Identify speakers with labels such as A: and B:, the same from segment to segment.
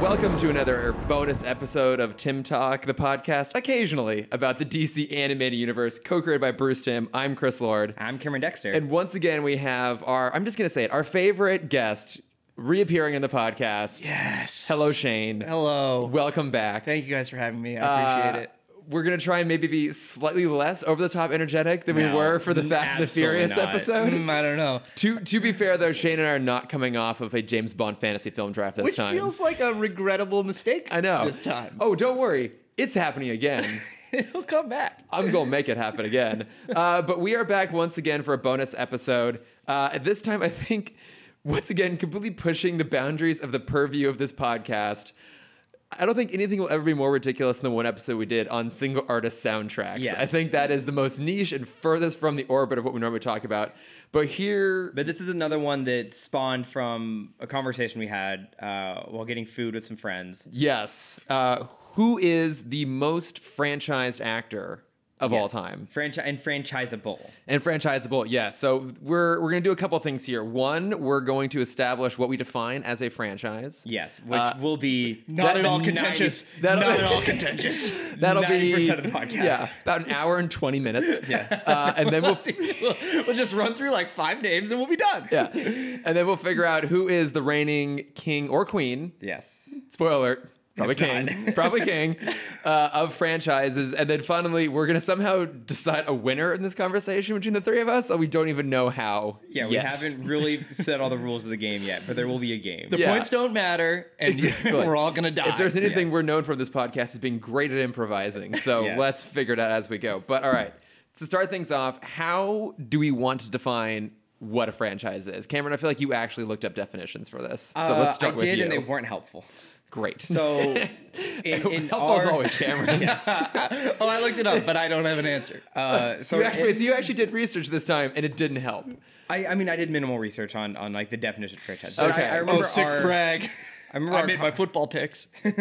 A: Welcome to another bonus episode of Tim Talk, the podcast occasionally about the DC animated universe, co created by Bruce Tim. I'm Chris Lord.
B: I'm Cameron Dexter.
A: And once again, we have our, I'm just going to say it, our favorite guest reappearing in the podcast.
B: yes.
A: Hello, Shane.
B: Hello.
A: Welcome back.
B: Thank you guys for having me. I appreciate
A: Uh,
B: it.
A: We're going to try and maybe be slightly less over the top energetic than we
B: No,
A: were for the
B: n-
A: Fast and the
B: absolutely
A: Furious
B: not.
A: episode.
B: Mm, I don't know.
A: To, to be fair, though, Shane and I are not coming off of a James Bond fantasy film draft this
B: Which
A: time.
B: feels like a regrettable mistake.
A: I know.
B: This time.
A: Oh, don't worry. It's happening again.
B: It'll come back.
A: I'm going to make it happen again. Uh, but we are back once again for a bonus episode. Uh, at this time, I think, once again, completely pushing the boundaries of the purview of this podcast. I don't think anything will ever be more ridiculous than the one episode we did on single artist soundtracks.
B: Yes.
A: I think that is the most niche and furthest from the orbit of what we normally talk about. But here,
B: But this is another one that spawned from a conversation we had uh, while getting food with some friends.
A: yes. Uh, who is the most franchised actor of all
B: Yes.
A: time?
B: Franchi- and franchisable.
A: And franchisable, yeah. So we're we're gonna do a couple things here. One, we're going to establish what we define as a franchise.
B: Yes, which
A: Uh,
B: will be
A: Not at all contentious. That'll-
B: not at all contentious.
A: That'll
B: 90%
A: be
B: of the podcast.
A: yeah, about an hour and twenty minutes. yeah, uh, and then we'll
B: we'll, we'll just run through like five names and we'll be done.
A: yeah, and then we'll figure out who is the reigning king or queen.
B: Yes.
A: Spoiler alert. Probably
B: It's not.
A: king, probably king uh, of franchises, and then finally we're gonna somehow decide a winner in this conversation between the three of us. So we don't even know how.
B: Yeah, we
A: yet.
B: haven't really set all the rules of the game yet, but there will be a game.
C: The
A: Yeah.
C: points don't matter, and
A: Exactly.
C: we're all gonna die.
A: If there's anything
B: Yes.
A: we're known from this podcast is being great at improvising. So
B: Yes.
A: let's figure it out as we go. But all right, to start things off, how do we want to define what a franchise is? Cameron, I feel like you actually looked up definitions for this. So
B: Uh,
A: let's start
B: I
A: with
B: did,
A: you.
B: and they weren't helpful.
A: great.
B: So, in, in
A: help
B: our,
A: us always, Cameron.
C: oh, I looked it up, but I don't have an answer.
B: Uh, so,
A: You actually,
B: in-
A: so you actually did research this time, and it didn't help.
B: I, I mean, I did minimal research on on like the definition of franchise. But
A: Okay.
B: I, I
A: Oh,
B: remember
C: Uh, sick
B: our,
C: brag.
B: I remember
C: I
B: our
C: made
B: con-
C: my football picks.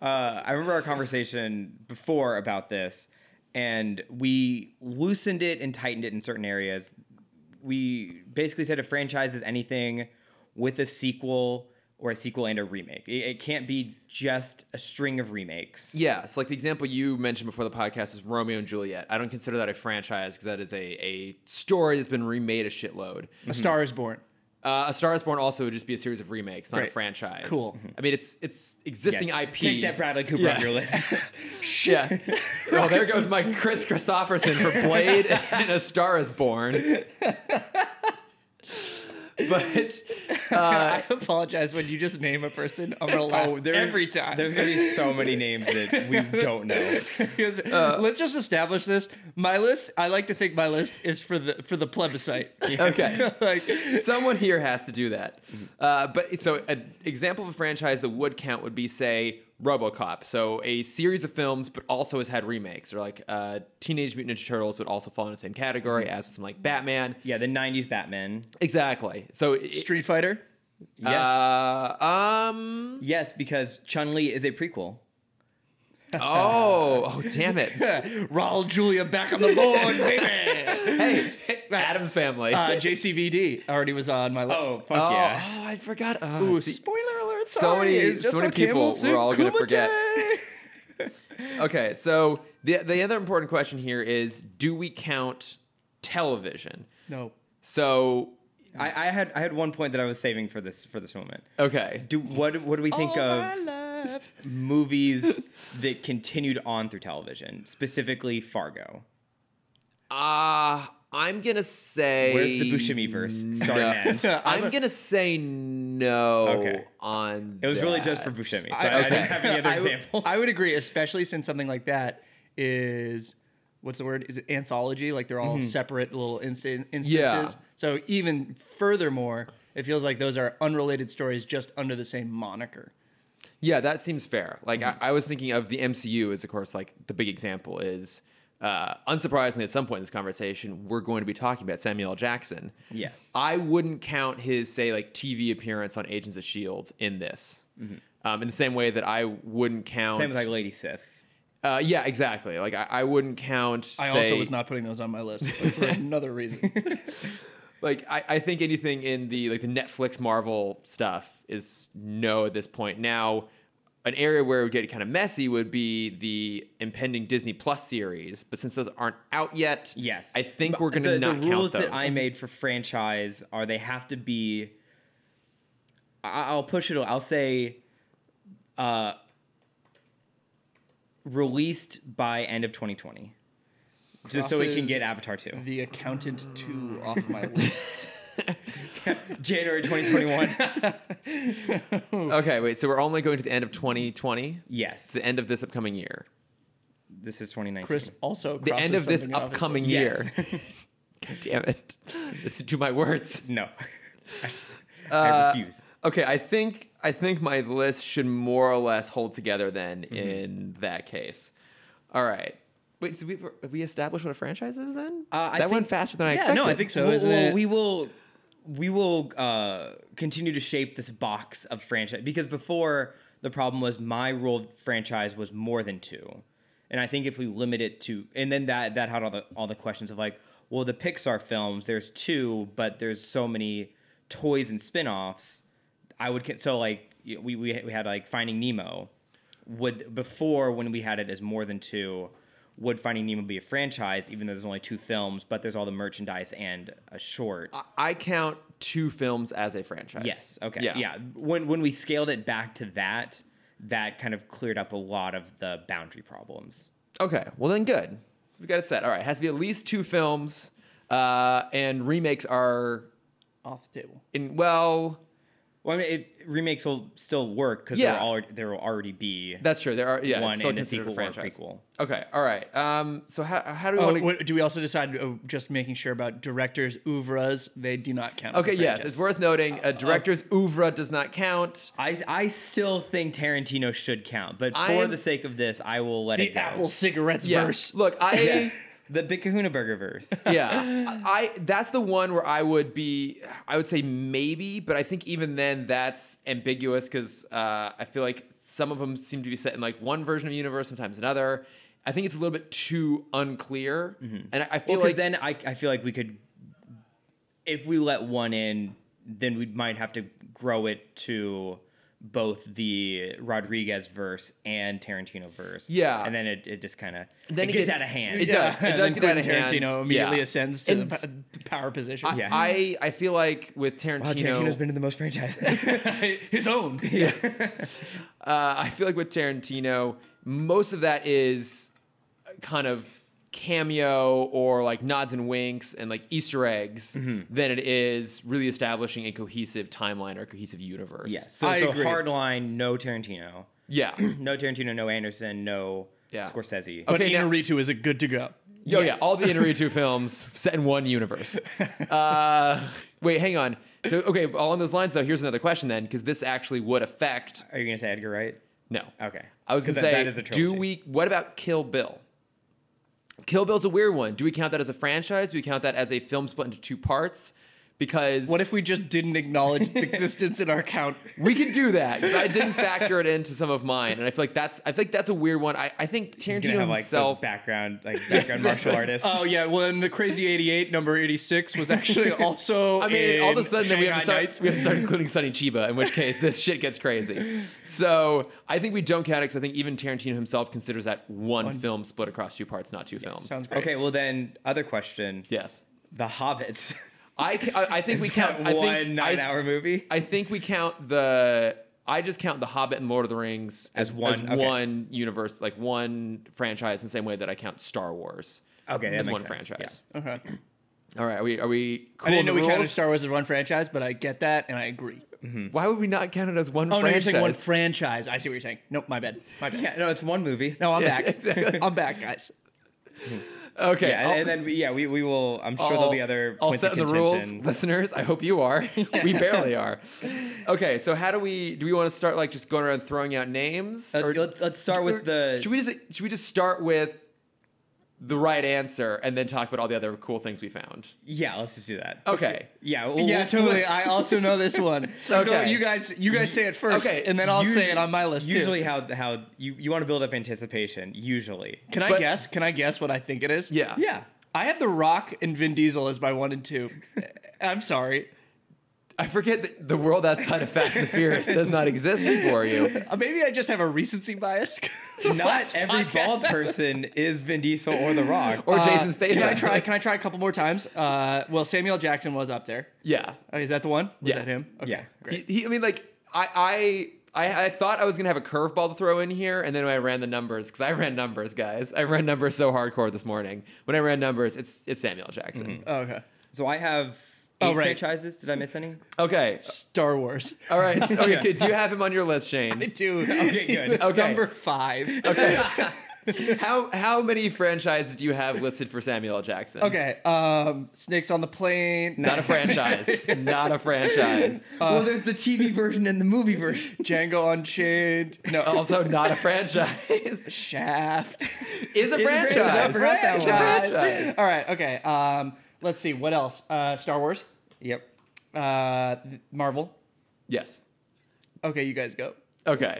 B: uh, I remember our conversation before about this, and we loosened it and tightened it in certain areas. We basically said a franchise is anything with a sequel or a sequel and a remake. It, it can't be just a string of remakes.
A: Yeah, so like the example you mentioned before the podcast is Romeo and Juliet. I don't consider that a franchise because that is a, a story that's been remade a shitload.
C: A
B: Mhm.
C: Star Is Born.
A: Uh, a Star Is Born also would just be a series of remakes, not a
C: Great.
A: franchise.
C: Cool.
A: I mean, it's it's existing
B: Yeah,
A: IP.
B: Take that Bradley Cooper
A: Yeah.
B: off your list.
A: Yeah. well, there goes my Chris Christopherson for Blade and A Star Is Born. But
B: Uh,
C: I apologize when you just name a person. I'm gonna laugh
B: Oh, there-
C: every time.
B: There's gonna be so many names that we don't know.
C: Because,
B: uh,
C: let's just establish this. My list. I like to think my list is for the for the plebiscite.
A: Okay.
C: like
A: someone here has to do that. Uh, but so an example of a franchise that would count would be say RoboCop. So a series of films, but also has had remakes, or like uh, Teenage Mutant Ninja Turtles would also fall in the same category as some like Batman.
B: Yeah, the '90s Batman.
A: Exactly. So it-
C: Street Fighter.
B: Yes,
A: Uh, um.
B: yes, because Chun Li is a prequel.
A: Oh. Oh. Damn it.
C: Raul Julia back on the board, baby.
A: Hey, Adam's family.
C: Uh, JCVD already was on my list.
B: Oh fuck
A: oh,
B: yeah!
A: oh, I forgot. Oh,
C: Ooh,
A: see-
C: spoiler alert!
A: so
C: Sorry.
A: many-
C: it's
A: so
C: just
A: many
C: on
A: people
C: Camel Soup
A: we're all gonna
C: Kumite.
A: forget. okay. So the the other important question here is: Do we count television?
C: No.
A: So
B: I, I had I had one point that I was saving for this for this moment.
A: okay.
B: Do what what do we think of movies that continued on through television, specifically Fargo?
A: Uh I'm gonna say.
B: Where's the Buscemi verse? Sorry,
A: No.
B: man.
A: I'm gonna say no
B: Okay.
A: on.
B: It was really just for
A: that.
B: Buscemi, so I,
C: I,
B: I didn't have any other
C: I would-
B: examples.
C: I would agree, especially since something like that is what's the word? Is it anthology? Like they're all separate little insta- instances.
A: Mm-hmm. Yeah.
C: So even furthermore, it feels like those are unrelated stories just under the same moniker.
A: Yeah, that seems fair. Like
B: Mm-hmm.
A: I, I was thinking of the MCU as, of course, like the big example is. Uh, unsurprisingly, at some point in this conversation, we're going to be talking about Samuel L. Jackson.
B: Yes.
A: I wouldn't count his say like TV appearance on Agents of Shield E in this, um, in the same way that I wouldn't count.
B: Mm-hmm. Same with like Lady Sith.
A: uh, yeah, exactly. Like I, I wouldn't count.
C: I
A: say-
C: also was not putting those on my list but for another reason.
A: like I, I think anything in the like the Netflix Marvel stuff is no at this point. Now, an area where it would get kind of messy would be the impending Disney Plus series, but since those aren't out yet,
B: Yes.
A: I think
B: But
A: we're going to
B: the,
A: not
B: the rules
A: count those.
B: that I made for franchise are they have to be. I- I'll push it. I'll say. Uh, released by end of 2020, just so we can
C: Crosses-
B: get Avatar 2.
C: The accountant two off my list.
B: January 2021.
A: okay, wait. So we're only going to the end of 2020,
B: yes.
A: the end of this upcoming year,
B: This is 2019.
C: Chris also
A: the end of
C: crosses
A: this
C: something off his
A: upcoming
C: list.
A: year.
B: Yes.
A: God damn it! Listen to my words.
B: no. I
A: Uh,
B: refuse.
A: Okay, I think I think my list should more or less hold together then
B: Mm-hmm.
A: in that case. All right. Wait, so we have we established what a franchise is then?
B: Uh, I
A: that went
B: think-
A: faster than I
C: Yeah,
A: expected.
C: no, I think so.
B: Well,
C: isn't
B: well,
C: it?
B: We will, we will uh, continue to shape this box of franchise because before the problem was my rule of franchise was more than two, and I think if we limit it to, and then that that had all the all the questions of like, well, the Pixar films there's two, but there's so many toys and spin-offs. I would con- so like y- we we we had like Finding Nemo. Would before when we had it as more than two, would Finding Nemo be a franchise? Even though there's only two films, but there's all the merchandise and a short.
A: I count two films as a franchise.
B: yes. Okay. Yeah. When when we scaled it back to that, that kind of cleared up a lot of the boundary problems.
A: Okay. Well then good. So we got it set. All right. Has to be at least two films. Uh, and remakes are
C: off the table.
A: in well,
B: Well, I mean, it, remakes will still work because
A: Yeah.
B: there will there will already be
A: that's true. There are yeah, it's
B: one
A: still
B: and a
A: considered
B: sequel
A: a franchise.
B: or a prequel.
A: Okay. All right. Um so how how do we
C: Oh,
A: want to
C: what, do we also decide? Oh, just making sure about directors' oeuvres. They do not count. as a
A: Okay, yes,
C: franchise.
A: it's worth noting
B: Uh,
A: a director's oeuvre does not count.
B: I, I still think Tarantino should count, but for
A: I'm-
B: the sake of this, I will let
C: the
B: it go.
C: apple cigarettes
A: Yeah.
C: verse.
A: Look, I
B: the Big Kahuna Burger verse.
A: yeah, I that's the one where I would be. I would say maybe, but I think even then that's ambiguous because uh, I feel like some of them seem to be set in like one version of the universe, sometimes another. I think it's a little bit too unclear, and I, I feel
B: Mm-hmm. Well,
A: like
B: like, then I, I feel like we could, if we let one in, then we might have to grow it to both the Rodriguez verse and Tarantino verse.
A: Yeah.
B: And then it, it just kind of
A: Then it
B: then it gets,
A: gets-
B: out of hand.
A: it does.
C: and
A: does
C: then
A: get
C: Quentin
A: out of hand.
C: Tarantino immediately
A: Yeah.
C: ascends to the
A: And-
C: pa- the power position.
A: I,
B: yeah.
A: I I feel like with
B: Wow, Tarantino's been in the most franchises.
C: His own.
A: uh, I feel like with Tarantino, most of that is kind of cameo or like nods and winks and like Easter eggs
B: Mm-hmm.
A: than it is really establishing a cohesive timeline or cohesive universe.
B: yeah. So,
C: I
B: so
C: agree.
B: hard line, no Tarantino.
A: Yeah.
B: No Tarantino, no Anderson, no
A: Yeah. Oh.
B: Scorsese.
C: But
A: Okay, now-
C: Inarritu is a good to go.
A: Yo, yeah,
B: Yes.
A: all the Inarritu films set in one universe. Uh, wait, hang on. So, okay, along those lines, though, here's another question then, because this actually would affect.
B: Are you going to say Edgar Wright?
A: No.
B: Okay.
A: I was
B: 'Cause
A: gonna
B: that-
A: say,
B: that is a
A: do
B: trilogy.
A: we? What about Kill Bill? Kill Bill's a weird one. Do we count that as a franchise? Do we count that as a film split into two parts? Because
C: What if we just didn't acknowledge its existence in our count?
A: we can do that? Because I didn't factor it into some of mine, and I feel like that's I think that's a weird one. I, I think
B: He's gonna
A: Tarantino
B: have like those
A: himself. Um,
B: background, like background martial artists.
C: Oh yeah, well, and the Crazy Eighty Eight number eighty six was actually also.
A: I mean, all of a
C: in
A: sudden then we have to
C: Shanghai
A: start
C: Nights.
A: we have to start including Sonny Chiba, in which case this shit gets crazy. So I think we don't count it because I think even Tarantino himself considers that one, film split across two parts, not two films.
C: Sounds great.
B: Okay, well then, other question:
A: yes.
B: The Hobbits.
A: I, ca- I, I think we count
B: That
A: I think,
B: one
A: I-
B: nine-hour movie.
A: I think we count the. I just count the Hobbit and Lord of the Rings
B: As one, okay.
A: one universe, like one franchise, in the same way that I count Star Wars.
B: Okay, that
A: as
B: makes
A: one
B: sense,
A: franchise.
C: Okay.
A: All right, are we are we? Cool
C: I Uh-huh. didn't
A: on the
C: know we counted
A: rules?
C: Star Wars as one franchise, but I get that and I agree.
A: Why would we not count it as one
C: Oh no, you're
A: franchise?
C: saying one franchise. I see what you're saying. Nope, my bad. My bad.
B: Yeah, no, it's one movie.
C: No, I'm
A: Yeah,
C: back.
A: exactly.
C: I'm back, guys.
A: okay,
B: yeah, and, and then we- yeah, we, we will. I'm sure there'll be other
A: I'll
B: points
A: set
B: of
A: the rules,
B: contention.
A: listeners. I hope you are. we barely are. Okay, so how do we? Do we want to start like just going around throwing out names?
B: Uh, let's let's start
A: Or-
B: with the.
A: Should we just should we just start with the right answer and then talk about all the other cool things we found?
B: yeah, let's just do that.
A: Okay.
B: Yeah, we'll-
C: Yeah,
B: we'll-
C: totally. I also know this one. So go-
A: Okay.
C: you guys, you guys say it first,
A: Okay,
C: and then I'll
B: usu-
C: say it on my list
B: Usually,
C: too.
B: how how you you want to build up anticipation. Usually,
C: Can I
A: But-
C: guess? Can I guess what I think it is?
A: Yeah.
B: yeah.
C: I had The Rock and Vin Diesel as my one and two, I'm sorry.
A: I forget that the world outside of Fast and Furious does not exist for you.
C: Uh, maybe I just have a recency bias.
B: Not
C: Last
B: every
C: podcast
B: bald
C: episode.
B: person is Vin Diesel or The Rock.
A: Or
C: Uh,
A: Jason Statham.
C: Can I try? Can I try a couple more times? Uh, well, Samuel Jackson was up there.
A: Yeah.
C: Uh, is that the one? Was
A: Yeah.
C: that him? Okay,
B: Yeah.
C: Great.
A: He, he, I mean, like, I, I, I, I thought I was gonna have a curveball to throw in here, and then when I ran the numbers, because I ran numbers, guys. I ran numbers so hardcore this morning. When I ran numbers, it's it's Samuel Jackson.
C: Oh, okay.
B: so I have eight
C: Oh, right.
B: franchises. Did I miss any?
A: Okay,
C: Star Wars.
A: all right. So- okay,
B: Yeah.
A: kid, do you have him on your list, Shane?
C: Dude.
B: Okay, good.
C: It's
A: Okay.
C: number five.
A: Okay. how how many franchises do you have listed for Samuel L. Jackson?
C: Okay. Um, Snakes on the Plane. Uh,
A: Not a franchise. Not a franchise.
B: well, there's the TV version and the movie version.
C: Django Unchained.
A: No, also not a franchise.
C: Shaft.
A: Is a
B: a
A: franchise.
B: franchise. I forgot that
A: It's a
B: one.
A: franchise.
C: All right. Okay. Um, let's see. What else? Uh, Star Wars.
B: Yep.
C: Uh, Marvel.
A: Yes.
C: Okay, you guys go.
A: Okay.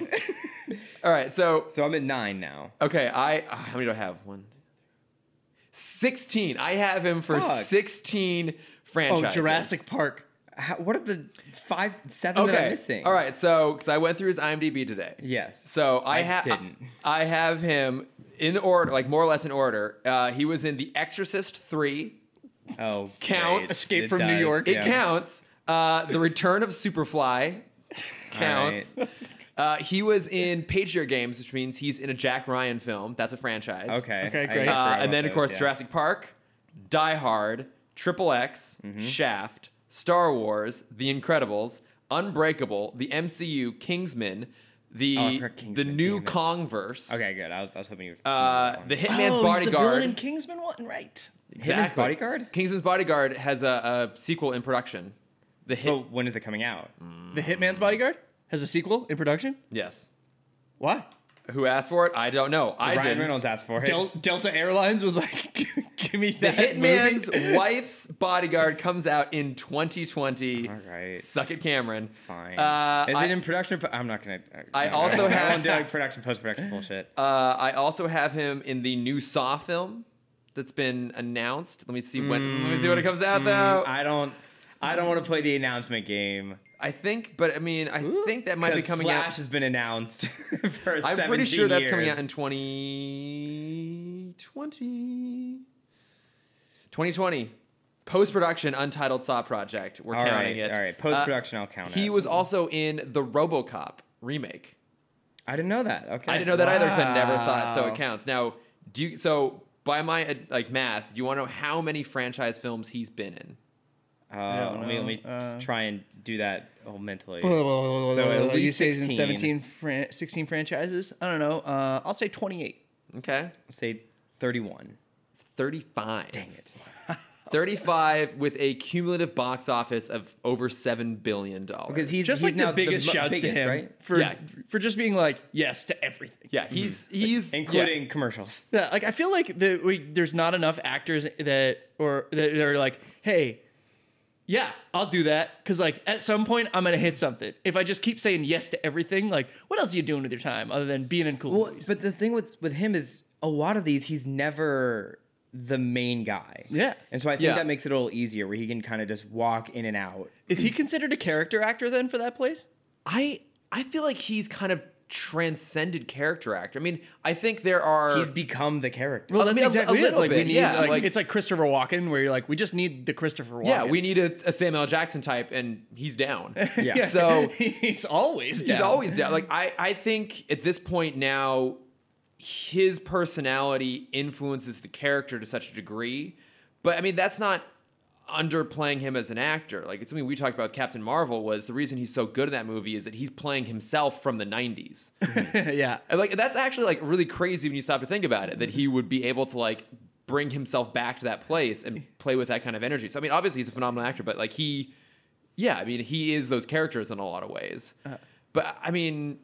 A: All right. So
B: So I'm at nine now.
A: okay, I ah, how many do I have? One. two, three. Sixteen. I have him for
B: Fuck.
A: sixteen
C: Oh,
A: franchises.
C: Jurassic Park.
B: How, what are the five, seven that
A: Okay.
B: I'm missing?
A: All right. So because I went through his IMDb today.
B: Yes.
A: So I,
B: I
A: have
B: didn't.
A: I have him in order, like more or less in order. Uh, he was in The Exorcist three.
B: oh,
A: Counts.
B: great.
C: Escape
B: It
C: from New
B: does,
C: York.
A: It
B: yeah.
A: counts. Uh, the Return of Superfly counts. Uh, he was in Patriot Games, which means he's in a Jack Ryan film. That's a franchise.
B: Okay.
C: Okay,
B: I
C: great.
B: forgot
A: Uh,
B: about
A: and then, of
B: those,
A: course,
B: yeah.
A: Jurassic Park, Die Hard, Triple X,
B: Mm-hmm.
A: Shaft, Star Wars, The Incredibles, Unbreakable, The MCU, Kingsman, the
B: Oh, I forgot
A: the
B: Kingsman,
A: new
B: damn it.
A: Kongverse.
B: Okay, good. I was, I was hoping you. Would
A: Uh, the
C: Oh,
B: Oh,
A: Hitman's Bodyguard.
C: Kingsman one, right?
A: Exactly.
B: Bodyguard?
A: Kingsman's Bodyguard has a, a sequel in production. The hit.
B: But when is it coming out?
C: The Hitman's Bodyguard has a sequel in production.
A: Yes.
C: Why?
A: Who asked for it? I don't know. I
B: Ryan
A: didn't.
B: Reynolds asked for it.
C: Del- Delta Airlines was like, "Give me
A: The
C: that."
A: Hitman's
C: movie."
A: Wife's Bodyguard comes out in 2020.
B: All right.
A: Suck it, Cameron.
B: Fine.
A: Uh,
B: is
A: I-
B: it in production? or po- I'm not gonna.
A: I
B: I'm not
A: also
B: gonna-
A: have-
B: I don't do like production, post production bullshit.
A: Uh, I also have him in the new Saw film that's been announced. Let me see when. let me see when it comes out, though. I,
B: Mm, I don't. I don't want to play the announcement game.
A: think, but I mean, I think that might be
B: 'Cause
A: coming
B: Flash
A: out.
B: has been announced for.
A: I'm pretty sure
B: 17
A: that's coming out
B: years.
A: in 2020. 2020. Post production Untitled Saw Project. We're
B: All
A: counting
B: right,
A: it.
B: all right.
A: Uh,
B: Post-production, I'll count
A: He
B: it.
A: was also in the Robocop remake.
B: I didn't know that. Okay.
A: I didn't know that either because I never saw it, so it
C: Wow.
A: counts. Now, do you, so by my uh, like math, do you want to know how many franchise films he's been in?
B: Uh,
C: don't
B: let me,
C: know.
B: let me just
C: Uh,
B: try and do that all mentally.
C: Blah, blah, blah, blah,
B: So
C: blah,
B: at
C: blah. you
B: least
C: say he's in
B: 16.
C: 17 fran- 16 franchises. I don't know. Uh, I'll say 28.
A: Okay,
B: Say 31.
A: it's thirty-five.
B: Dang it.
A: Thirty-five with a cumulative box office of over seven billion dollars.
B: Because he's
C: Just
B: he's
C: like the
B: now
C: biggest
B: mo-
C: shouts
B: biggest,
C: to him
B: right?
C: for
A: Yeah.
C: for just being like yes to everything.
A: yeah, he's he's yeah.
B: Mm-hmm. including commercials.
C: Yeah, like I feel like the, we, there's not enough actors that or that are like, hey, yeah, I'll do that because like at some point I'm gonna hit something. If I just keep saying yes to everything, like what else are you doing with your time other than being in cool
B: Well,
C: movies?
B: but the thing with with him is a lot of these he's never the main guy.
C: Yeah.
B: And so I think
A: Yeah.
B: that makes it a little easier where he can kind of just walk in and out.
C: Is he considered a character actor then for that place?
A: I I feel like he's kind of transcended character actor. I mean, I think there are
B: He's become the character.
C: Well,
A: I
C: that's
A: mean, a-
C: exactly
A: a
C: it. It's
A: little
C: Like we
A: bit,
C: need,
A: yeah,
C: like,
A: like-
C: it's like Christopher Walken, where you're like, we just need the Christopher Walken.
A: yeah, we need a, a Samuel L. Jackson type, and he's down.
B: Yeah.
A: So
C: he's always
A: he's
C: down.
A: always down. Like I, I think at this point now, his personality influences the character to such a degree. But I mean, that's not underplaying him as an actor. Like it's something we talked about with Captain Marvel was the reason he's so good in that movie is that he's playing himself from the '90s.
C: yeah.
A: And, like that's actually like really crazy when you stop to think about it that he
B: Mm-hmm.
A: would be able to like bring himself back to that place and play with that kind of energy. So I mean, obviously he's a phenomenal actor, but like he, yeah, I mean he is those characters in a lot of ways.
B: Uh-huh.
A: But I mean,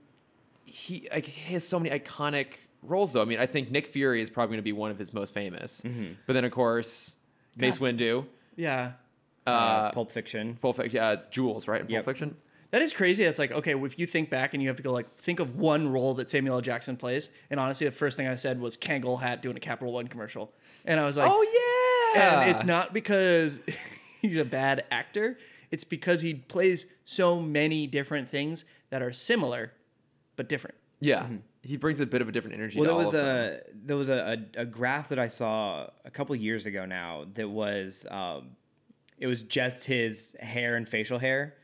A: he like he has so many iconic roles though. I mean, I think Nick Fury is probably going to be one of his most famous.
B: Mm-hmm.
A: But then of course, Mace Windu,
C: Yeah.
A: uh,
B: Uh, Pulp Fiction.
A: Pulp Fiction, yeah, it's Jules, right? In Pulp
B: Yep.
A: Fiction.
C: That is crazy. That's like okay, if you think back and you have to go like think of one role that Samuel L. Jackson plays, and honestly, the first thing I said was Kangol hat doing a Capital One commercial, and I was like,
A: oh yeah,
C: and it's not because he's a bad actor. It's because he plays so many different things that are similar but different.
A: Yeah, he brings a bit of a different energy.
B: Mm-hmm. Well,
A: to
B: there
A: all
B: was
A: of them.
B: a there was a, a, a graph that I saw a couple years ago now that was um, it was just his hair and facial hair,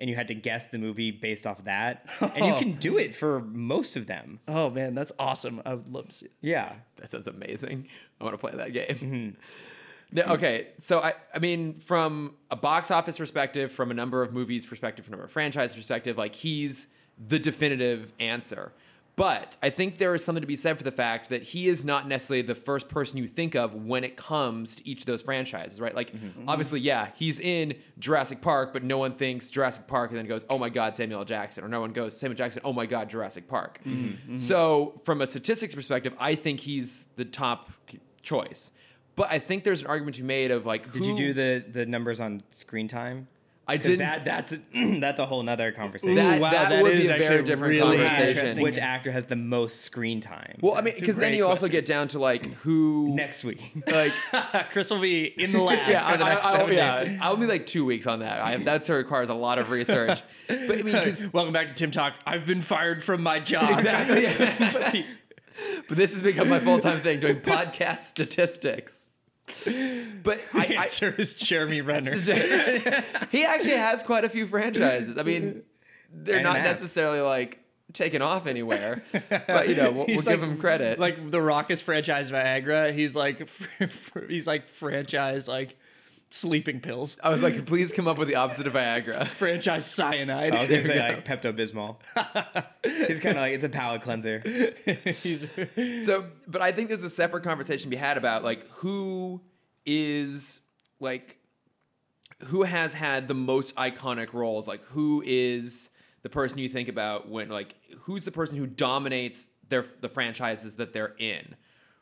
B: and you had to guess the movie based off of that, and you can do it for most of them.
C: Oh man, that's awesome. I would love to see it.
B: Yeah,
A: That sounds amazing. I want to play that game.
B: Mm-hmm.
A: No, okay, so I, I mean, from a box office perspective, from a number of movies perspective, from a franchise perspective, like he's the definitive answer. But I think there is something to be said for the fact that he is not necessarily the first person you think of when it comes to each of those franchises, right? Like, obviously, yeah, he's in Jurassic Park, but no one thinks Jurassic Park and then goes, oh my God, Samuel L. Jackson. Or no one goes, Samuel Jackson, oh my God, Jurassic Park. So, from a statistics perspective, I think he's the top choice. But I think there's an argument to be made of like,
B: did you do the the numbers on screen time?
A: I
B: 'Cause
A: didn't.
B: That that's a, that's a whole nother conversation.
A: that,
C: wow,
A: that,
C: that
A: would
C: is
A: be a
C: actually
A: very different
C: really
A: conversation.
C: interesting.
B: Which actor has the most screen time?
A: well, I mean,
C: That's a
A: because then
C: great
A: you also
C: question.
A: get down to like who
B: next week.
A: like
C: uh, Chris will be in the lab
A: yeah,
C: for the
A: I,
C: next
A: I, I,
C: seven days.
A: yeah, I'll be like two weeks on that. I, that requires a lot of research. but I mean, 'cause-
C: Welcome back to Tim Talk. I've been fired from my job.
A: exactly. but this has become my full time thing doing podcast statistics. But
C: The
A: I,
C: answer is Jeremy Renner.
A: I, he actually has quite a few franchises. I mean, they're
B: And
A: not
B: Matt.
A: necessarily like taken off anywhere, but you know, we'll, we'll
C: He's
A: give
C: like-
A: him credit.
C: Like the Rock is franchise Viagra. He's like, he's like franchise like sleeping pills.
A: I was like, please come up with the opposite of Viagra.
C: Franchise cyanide.
B: I
A: Oh,
B: was gonna say like Pepto Bismol. He's kind of like it's a palate cleanser.
C: He's-
A: so but i think there's a separate conversation to be had about like who is like who has had the most iconic roles like who is the person you think about when like who's the person who dominates their the franchises that they're in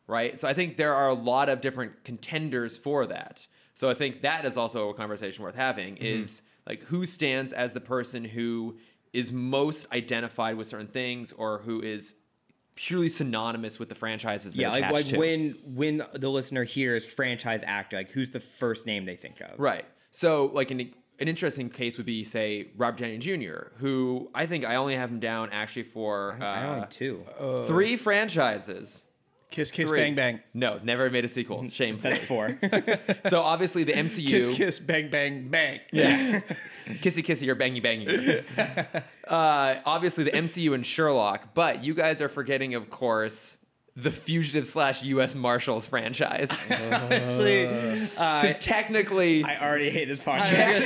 A: right so i think there are a lot of different contenders for that so i think that is also a conversation worth having
B: Mm-hmm.
A: is like who stands as the person who is most identified with certain things or who is purely synonymous with the franchises they're
B: Yeah, like,
A: attached
B: like
A: to.
B: when when the listener hears franchise actor, like who's the first name they think of?
A: Right. So, like, an, an interesting case would be, say, Robert Downey Jr., who I think I only have him down actually for uh,
B: I only two.
A: three franchises.
C: kiss, kiss,
A: Three.
C: bang, bang.
A: No, never made a sequel. Shameful.
B: That's four.
A: so, obviously, the MCU.
C: Kiss, kiss, bang, bang, bang.
A: Yeah. kissy kissy or bangy bangy. uh, obviously, the MCU and Sherlock, but you guys are forgetting, of course, the Fugitive slash U.S. Marshals franchise.
C: Honestly,
A: Because technically.
B: I already hate this
C: I was
B: podcast.
C: gonna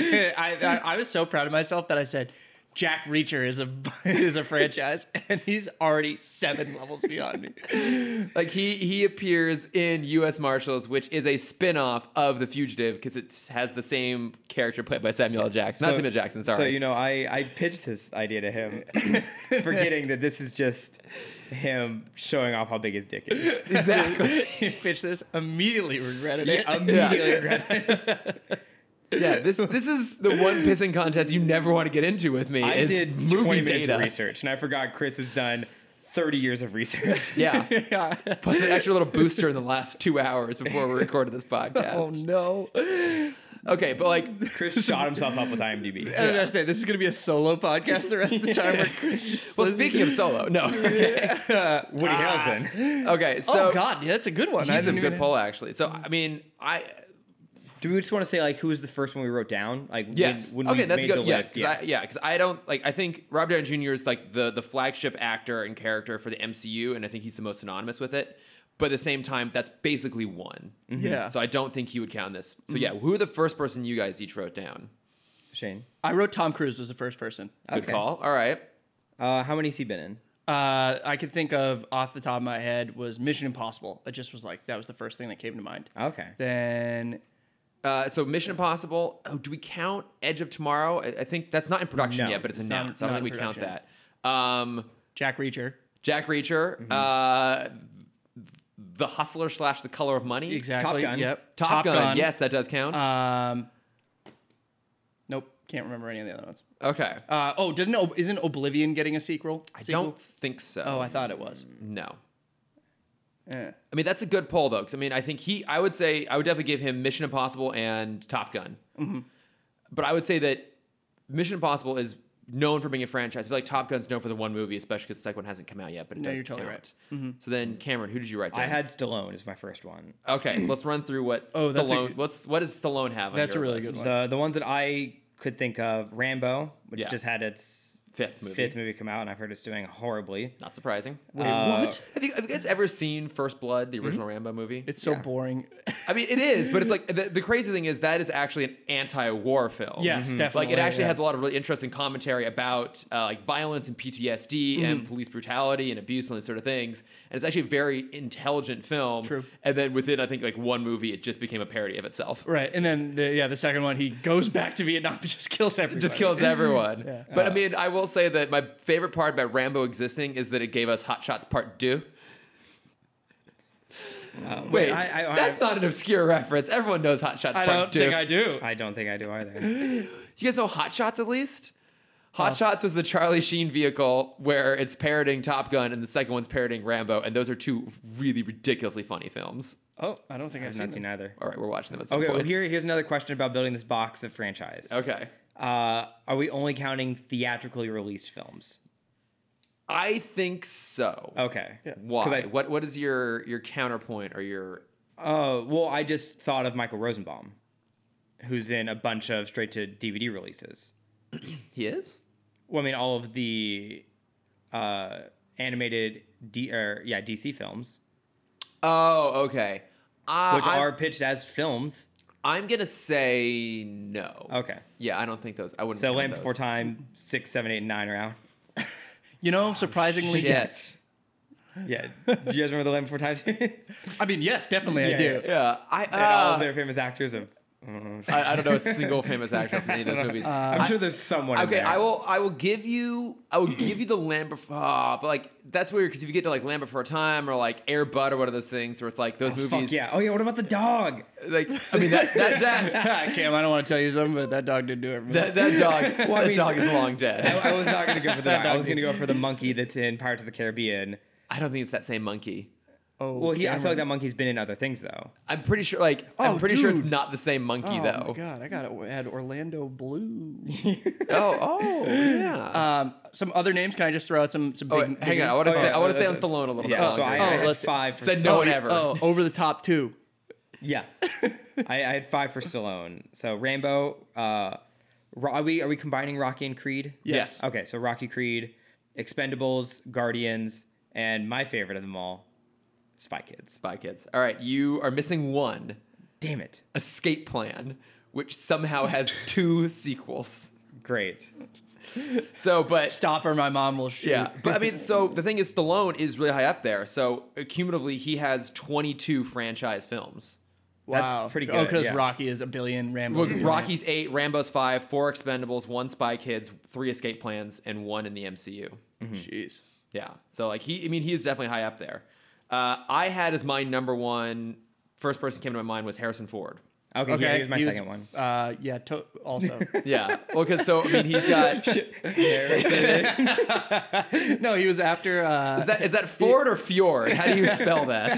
C: say, I, I, I was so proud of myself that I said Jack Reacher is a is a franchise, and he's already seven levels beyond me.
A: Like he he appears in U.S. Marshals, which is a spin-off of The Fugitive because it has the same character played by Samuel L. Jackson. Not Samuel L. Jackson, sorry.
B: So you know, I I pitched this idea to him, forgetting that this is just him showing off how big his dick is.
A: exactly.
C: you pitched this, immediately regretted it.
B: Immediately regret this.
A: yeah, this this is the one pissing contest you never want to get into with me.
B: I
A: is
B: did
A: movie
B: 20 minutes
A: data.
B: of research, and I forgot Chris has done 30 years of research.
A: Yeah.
C: Yeah.
A: Plus an extra little booster in the last two hours before we recorded this podcast.
C: Oh no!
A: Okay, but like
B: Chris shot himself up with IMDb.
A: Uh,
C: I was gonna say this is gonna be a solo podcast the rest of the time. Where Chris just
A: well speaking of solo, no. Okay.
B: Woody
A: ah.
B: Harrelson.
A: Okay, so
C: oh god, yeah, that's a good one. I
A: he's a
C: didn't
A: good
C: even-
A: poll actually. So I mean I
B: Do we just want to say like who was the first one we wrote down? Like when-
A: Yes.
B: when,
A: okay,
B: we
A: that's
B: made
A: good.
B: the
A: yeah,
B: list.
A: because I, yeah, 'cause I don't like. I think Rob Downey Jr. is like the the flagship actor and character for the MCU, and I think he's the most synonymous with it. But at the same time, that's basically one.
B: Mm-hmm.
C: Yeah.
A: So I don't think he would count this. So yeah, who are the first person you guys each wrote down?
B: Shane.
C: I wrote Tom Cruise was the first person.
A: Good
B: Okay.
A: call. All right.
B: Uh, how many has he been in?
C: Uh, I could think of off the top of my head was Mission Impossible. I just was like that was the first thing that came to mind.
B: Okay.
C: Then
A: Uh, so Mission Impossible. Oh, do we count Edge of Tomorrow? I, I think that's not in production
B: No,
A: yet, but it's
C: it's not-
A: announced. so I
C: not
A: don't
C: in
A: think we count
C: production.
A: that. Um,
C: Jack Reacher.
A: Jack Reacher.
B: Mm-hmm.
A: Uh, the Hustler slash The Color of Money.
C: Exactly.
B: Gun.
C: Yep.
A: Top, Gun. Yes, that does count.
C: Um. Nope. Can't remember any of the other ones.
A: okay.
C: Uh, oh, didn't Ob- isn't Oblivion getting a sequel? Oh,
A: I
C: Sequel?
A: don't think so.
C: Oh, I thought it was.
A: No. I mean, that's a good poll though, because I mean, I think he, I would say, I would definitely give him Mission Impossible and Top Gun.
C: Mm-hmm.
A: But I would say that Mission Impossible is known for being a franchise. I feel like Top Gun's known for the one movie, especially because the second one hasn't come out yet. But it
C: No,
A: does
C: you're totally Mm-hmm.
A: count. So then, Cameron, who did you write down?
B: I had Stallone as my first one.
A: Okay, so let's run through what
C: Oh,
A: Stallone.
C: that's a good-
A: what's what does Stallone have? On
C: That's a
A: your
C: really
A: list?
C: good one.
B: The the ones that I could think of, Rambo, which
A: Yeah.
B: just had its
A: Fifth movie.
B: fifth movie come out, and I've heard it's doing horribly. Uh,
A: Not surprising.
C: Wait, what?
A: Have you, have you guys ever seen First Blood,
C: Mm-hmm.
A: the original Rambo movie?
C: It's so boring.
A: I mean, it is, but it's like the, the crazy thing is that is actually an anti-war film.
C: Yes, Mhm. definitely,
A: Like it actually
C: yeah.
A: has a lot of really interesting commentary about uh, like violence and PTSD
C: Mm-hmm.
A: and police brutality and abuse and those sort of things. And it's actually a very intelligent film.
C: True.
A: And then within I think like one movie, it just became a parody of itself.
C: Right. And then the, yeah, the second one he goes back to Vietnam and just kills everybody.
A: Just kills everyone.
C: Yeah.
A: But I mean, I will say that my favorite part about Rambo existing is that it gave us Hot Shots Part Two.
B: Um,
A: Wait,
B: I, I,
A: that's
B: I,
A: not an obscure reference. Everyone knows Hot Shots
C: I
A: Part
C: don't
A: Two.
C: think I do.
B: I don't think I do either.
A: Do you guys know Hot Shots at least? Hot Shots was the Charlie Sheen vehicle where it's parroting Top Gun and the second one's parroting Rambo, and those are two really ridiculously funny films.
C: Oh, I don't think I've,
B: I've
C: seen,
B: not seen
C: that.
B: either.
A: All right, we're watching them at some
B: Okay, well
A: point.
B: here here's another question about building this box of franchise.
A: okay.
B: Uh, are we only counting theatrically released films?
A: I think so.
B: Okay.
A: Why?
B: 'Cause I-
A: what what is your your counterpoint or your
B: Oh, well, I just thought of Michael Rosenbaum, who's in a bunch of straight to DVD releases.
A: he is?
B: Well, I mean, all of the uh, animated, D- or, yeah, DC films,
A: Oh, okay. Uh,
B: which
A: I'm,
B: are pitched as films.
A: I'm gonna say no.
B: Okay.
A: Yeah, I don't think those. I wouldn't.
B: So
A: count
B: Land
A: those.
B: Before Time, six, seven, eight, and nine are out.
C: You know, surprisingly,
A: Shit.
C: yes.
B: Yeah. Do you guys remember the Land Before Time series?
C: I mean, yes, definitely I
B: Yeah,
C: do.
B: yeah,
A: Yeah, I. Uh,
B: and all of their famous actors of.
A: I, I don't know a single famous actor from any of those movies.
B: Uh, I'm sure there's someone. in
A: Uh, Okay,
B: there.
A: I will. I will give you. I will give you the land before. ah, but like that's weird because if you get to like land before time or like Air Bud or one of those things where it's like those movies.
B: Fuck yeah! Oh yeah. What about the dog?
A: Like I mean that that dog.
C: Cam, I don't want to tell you something, but that dog did do everything.
A: That, that dog.
B: I
A: that
B: mean-
A: dog is long
B: I,
A: dead.
B: I was not gonna go for the
C: That
B: dog. I
C: dog
B: was gonna go for the monkey that's in Pirates of the Caribbean.
A: I don't think it's that same monkey.
C: oh,
B: Well, he, I feel like that monkey's been in other things though.
A: I'm pretty sure. Like I'm
C: Oh,
A: pretty sure it's
C: dude.
A: not the same monkey
C: oh
A: though.
C: my god, I got to add Orlando Blue.
A: Oh oh yeah.
C: um, some other names. Can I just throw out some some
A: oh,
C: big?
A: wait, hang
C: big
A: on. I want to
B: Oh,
A: say.
B: yeah,
A: I want to
B: that-
A: stay on
B: that's-
A: Stallone a little
B: yeah,
A: bit
B: so I,
A: longer.
C: Oh,
B: I had
C: let's-
B: five for
A: said
B: Stallone.
A: no
C: oh,
A: one
C: you-
A: ever.
C: Oh, over the top two.
B: Yeah, I, I had five for Stallone. So Rambo. Uh, Ro- are we are we combining Rocky and Creed?
A: yes.
B: Okay, so Rocky Creed, Expendables, Guardians, and my favorite of them all, Spy Kids.
A: Spy Kids. All right, you are missing one.
B: Damn it!
A: Escape Plan, which somehow has two sequels.
B: Great.
A: So, but
C: Stop or my mom will shoot.
A: Yeah, but I mean, so the thing is, Stallone is really high up there. So uh, cumulatively, he has 22 franchise films.
B: That's
C: wow,
B: pretty
C: Oh,
B: good,
C: because
B: yeah.
C: Rocky is a billion. Rambo.
A: Well, Rocky's eight, Rambo's five, four Expendables, one Spy Kids, three Escape Plans, and one in the MCU.
C: Jeez.
A: Yeah, so like he, I mean, he is definitely high up there. Uh, I had as my number one first person came to my mind was Harrison Ford.
B: Okay,
C: Okay,
B: yeah, here's my
C: he was-
B: second one.
C: Uh, yeah. To- also,
A: Yeah, well, because so I mean, he's got is
C: no, he was after. Uh,
A: that is that Ford or Fjord? How do you spell that?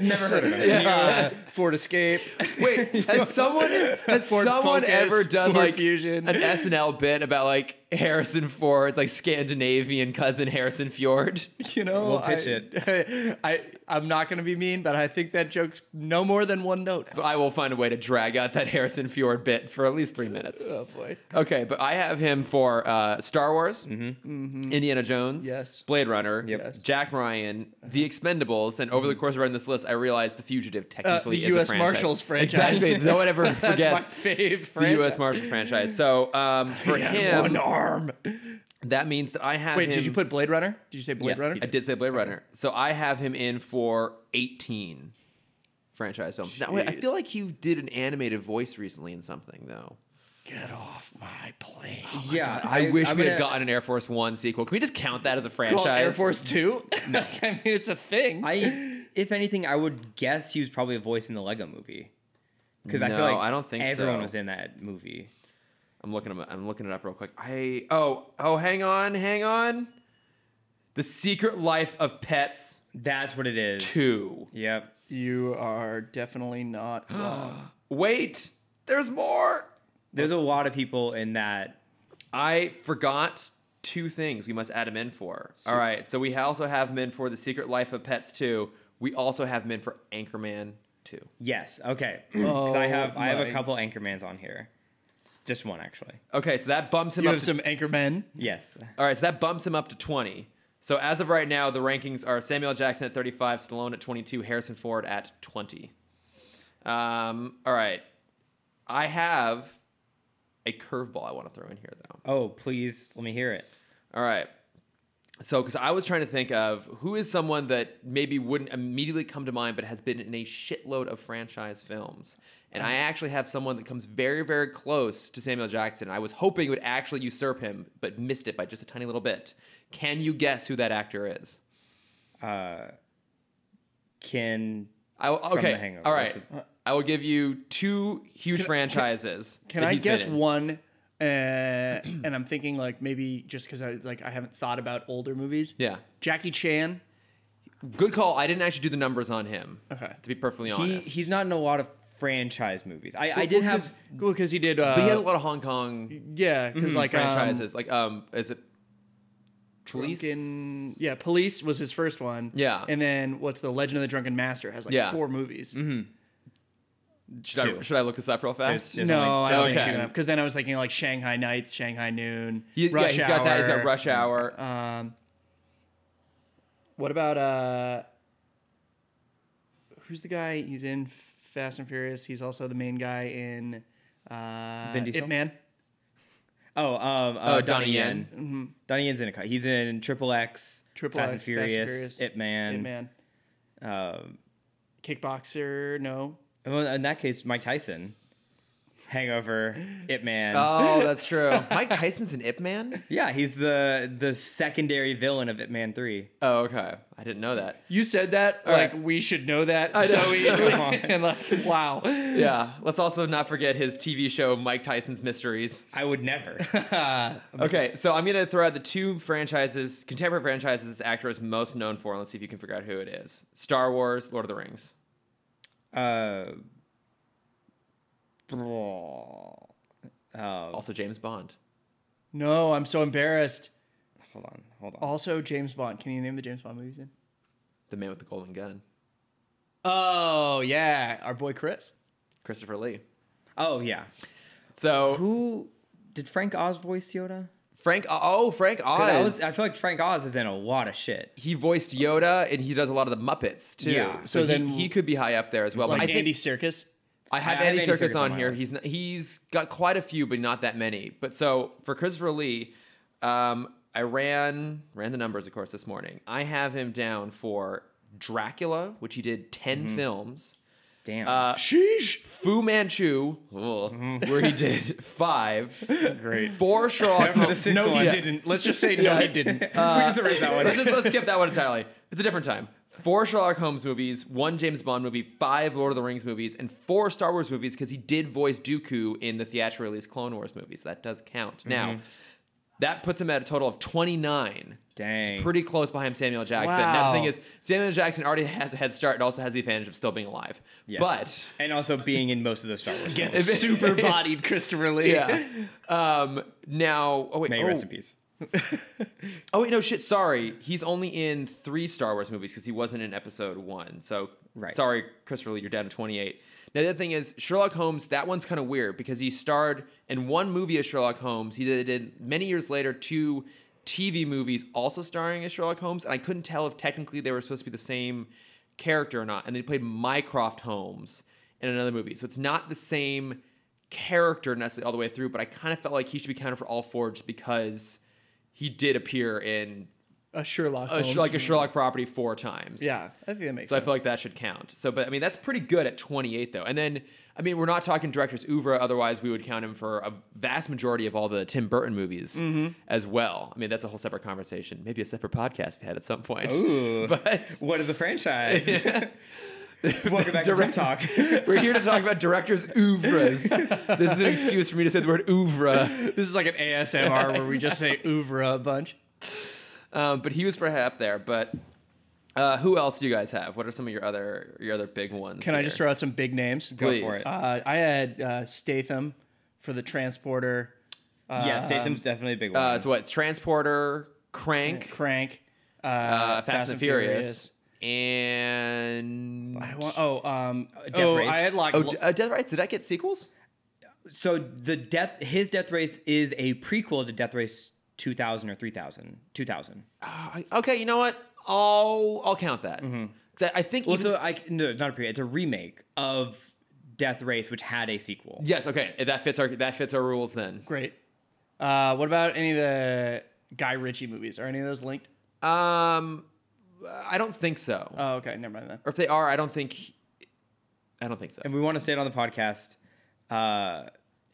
B: Never heard of it.
C: uh, Ford Escape.
A: Wait, has someone has
C: Ford
A: someone
C: Focus,
A: ever done
C: Ford
A: like
C: Fusion.
A: an SNL bit about like Harrison Ford's like Scandinavian cousin Harrison Fjord?
C: You know,
B: We'll pitch
C: I, I, I'm not gonna be mean, but I think that joke's no more than one note.
A: But I will find a way to drag out that Harrison Fjord bit for at least three minutes.
C: Oh boy.
A: Okay, but I have him for uh, Star Wars,
C: Mm-hmm.
A: Indiana Jones,
C: Yes. Uh-huh.
A: Blade Runner,
B: Yes.
A: Jack Ryan, The Expendables, and over the course of running this list, I realized The Fugitive
C: Uh,
A: technically
C: the
A: is a
C: U.S.
A: franchise.
C: Marshals franchise.
A: Exactly. No one ever
C: That's my
A: forgets
C: fave
A: the
C: franchise.
A: U.S. Marshals franchise. So um, for
C: Yeah,
A: him,
C: one arm.
A: That means that I have.
C: Wait, did you
A: him-
C: put Blade Runner? Did you say Blade
B: Yes,
C: Runner?
B: he
A: I
B: did.
A: did say Blade Runner, so I have him in for eighteen franchise films. Now, wait, I
C: Jeez.
A: feel like you did an animated voice recently in something, though.
C: Get off my plane.
B: Yeah,
A: Oh I, wish
B: I'm
A: we had
B: gonna-
A: gotten an Air Force One sequel. Can we just count that as a franchise?
C: Called Air Force Two. Like, I mean, it's a thing.
B: I, if anything, I would guess he was probably a voice in the Lego Movie. Because I feel
A: No,
B: like
A: I don't think
B: everyone
A: so.
B: was in that movie.
A: I'm looking. 'em- I'm looking it up real quick. I oh oh, hang on, hang on. The Secret Life of Pets
B: That's what it is.
A: 2.
B: Yep.
C: You are definitely not wrong.
A: Wait, there's more.
B: There's a lot of people in that.
A: I forgot two things we must add him in for. All right, so we also have men for The Secret Life of Pets 2. We also have men for Anchorman 2.
B: Yes. Okay. Because I have I have
A: Oh
C: my-
B: a couple Anchormans on here. Just one actually.
A: Okay, so that bumps him
C: You
A: up
C: have
A: to
C: some anchor men.
B: Yes.
A: All right, so that bumps him up to 20. So as of right now, the rankings are Samuel Jackson at 35, Stallone at 22, Harrison Ford at 20. Um, all right. I have a curveball I want to throw in here, though.
B: Oh, please let me hear it.
A: All right. So, because I was trying to think of who is someone that maybe wouldn't immediately come to mind, but has been in a shitload of franchise films. And I
C: Uh-huh.
A: actually have someone that comes very, very close to Samuel Jackson. I was hoping it would actually usurp him, but missed it by just a tiny little bit. Can you guess who that actor is?
B: Uh, Kin.
A: I, will-
B: The
A: okay.
B: Hangover.
A: All right.
B: That's his-
A: I will give you two huge franchises.
C: Can
A: that
C: I
A: he's been
C: guess
A: in.
C: one? Uh, and I'm thinking like maybe just because I like I haven't thought about older movies.
A: Yeah.
C: Jackie Chan.
A: Good call. I didn't actually do the numbers on him.
C: Okay.
A: To be perfectly
B: He,
A: honest.
B: he's not in a lot of franchise movies. I, I did have.
C: cool because he did. Uh,
A: but he has a lot of Hong Kong
C: yeah, because like um,
A: Hmm. franchises. like, um, is it police?
C: Drunken- yeah, Police was his first one.
A: Yeah.
C: and then what's the Legend of the Drunken Master has like
A: Yeah.
C: four movies.
A: Should I,
B: Two.
A: should I look this up real fast?
B: There's- there's-
C: no,
B: only-
C: I don't
A: Okay.
C: think so. Because then I was thinking like Shanghai Nights, Shanghai Noon,
A: He- yeah,
C: Rush
A: he's got that. He's got
C: Hour. Mm.
A: rush hour.
C: Um, what about uh, who's the guy? He's in Fast and Furious. He's also the main guy in uh,
B: Vin Diesel?
C: Ip Man.
B: Oh, um, uh,
A: Oh, Donnie
B: Donnie Yen. Donnie Yen's in a. co- He's in Triple X.
C: Mm-hmm. Triple
B: Fast
C: X,
B: and
C: Fast and
B: Furious.
C: Furious,
B: Ip Man.
C: Ip Man,
B: Um,
C: kickboxer. No,
B: well, in that case, Mike Tyson. Hangover. Ip Man.
C: Uh,
A: Oh, that's true. Mike Tyson's an Ip Man.
B: yeah, he's the the secondary villain of Ip Man Three.
A: Oh, okay. I didn't know that.
C: you said that like we should know that so
A: know.
C: easily,
B: Come on.
C: and like wow.
A: Yeah. Let's also not forget his TV show Mike Tyson's Mysteries.
B: I would never.
C: Uh,
A: Okay, so I'm gonna throw out the two franchises, contemporary franchises this actor is most known for, and let's see if you can figure out who it is. Star Wars, Lord of the Rings.
B: uh, blah. um,
A: Also James Bond.
C: No, I'm so embarrassed.
B: hold on, hold on.
C: Also, James Bond. Can you name the James Bond movies in?
A: The man with the golden gun.
C: Oh yeah, our boy Chris.
A: Christopher Lee.
B: Oh yeah.
A: So
B: Who did Frank Oz voice Yoda?
A: Frank oh Frank
B: 'Cause
A: Oz.
B: I, was- I feel like Frank Oz is in a lot of shit.
A: he voiced Yoda and he does a lot of the Muppets too.
B: Yeah.
A: So,
C: So
A: he,
C: then-
A: he could be high up there as well.
C: Like
A: I
C: Andy
A: think
C: Circus.
A: I have
B: I have
A: Andy
B: Andy
A: Circus
B: Serkis on
A: on
B: my
A: here.
B: list.
A: He's not, he's got quite a few, but not that many. But so for Christopher Lee, um, I ran ran the numbers of course this morning. I have him down for Dracula, which he did 10 films.
B: Damn.
A: Uh,
C: Sheesh.
A: Fu Manchu, ugh, where he did five.
B: Great.
A: For Sherlock
B: Remember the
A: Holmes.
B: sixth
C: No,
B: one.
C: he didn't. Let's just say no, he didn't.
B: we just erased that one.
A: let's just let's skip that one entirely. It's a different time. Four Sherlock Holmes movies, one James Bond movie, five Lord of the Rings movies, and four Star Wars movies because he did voice Dooku in the theatrical release Clone Wars movies. That does count.
B: Mm-hmm.
A: Now, that puts him at a total of 29.
B: Dang.
A: It's pretty close behind Samuel Jackson. Now,
C: Wow.
A: the thing is, Samuel Jackson already has a head start and also has the advantage of still being alive.
B: Yes.
A: But.
B: and also being in most of the Star Wars.
C: Get
B: films.
C: super bodied Christopher Lee.
A: Yeah. Um, now, oh wait,
B: May he
A: oh,
B: rest in peace.
A: Oh wait, no shit. Sorry, he's only in three Star Wars movies because he wasn't in Episode One. So
B: Right.
A: sorry, Christopher Lee, you're down to 28. Now the other thing is Sherlock Holmes. That one's kind of weird because he starred in one movie as Sherlock Holmes. He did, did many years later two TV movies also starring as Sherlock Holmes, and I couldn't tell if technically they were supposed to be the same character or not. And they played Mycroft Holmes in another movie, so it's not the same character necessarily all the way through. But I kind of felt like he should be counted for all four just because he did appear in
C: A Sherlock.
A: a,
C: Holmes.
A: Sh- like a Sherlock property four times.
C: Yeah, I think that makes
A: So I
C: sense.
A: feel like that should count. So, but I mean, that's pretty good at 28, though. And then, I mean, we're not talking director's oeuvre. Otherwise, we would count him for a vast majority of all the Tim Burton movies
C: Mm-hmm.
A: as well. I mean, that's a whole separate conversation. Maybe a separate podcast we had at some point.
B: Ooh.
A: But
B: What is the franchise? Welcome back
A: Direct-
B: to Tip Talk.
A: we're here to talk about director's oeuvres. this is an excuse for me to say the word oeuvre.
C: this is like an ASMR where we just say oeuvre a bunch.
A: Um, but he was perhaps there. But uh, who else do you guys have? What are some of your other your other big ones?
C: Can I
A: here?
C: just throw out some big names?
B: Go
A: Please.
B: for it.
C: Uh, I had uh, Statham for the transporter. Uh,
B: yeah, Statham's definitely a big one.
A: Uh, so what? Transporter, Crank,
C: Crank. Uh,
A: uh, Fast, and, Furious, and
C: I want, oh, um,
B: Death
C: oh,
B: Race.
C: I had like
A: oh, d- uh, Death Right. Did I get sequels?
B: so the death, his death race is a prequel to Death Race 2000 or 3000, 2000.
A: Oh, I- okay, you know what? I'll I'll count that. 'Cause I, I think
B: Well,
A: even-
B: so I no, not a prequel. It's a remake of Death Race, which had a sequel.
A: yes. Okay, that fits our that fits our rules then.
C: great. Uh, what about any of the Guy Ritchie movies? Are any of those linked?
A: Um, I don't think so.
C: Oh, okay, never mind then.
A: or if they are, I don't think. I don't think so.
B: And we want to say it on the podcast. Uh,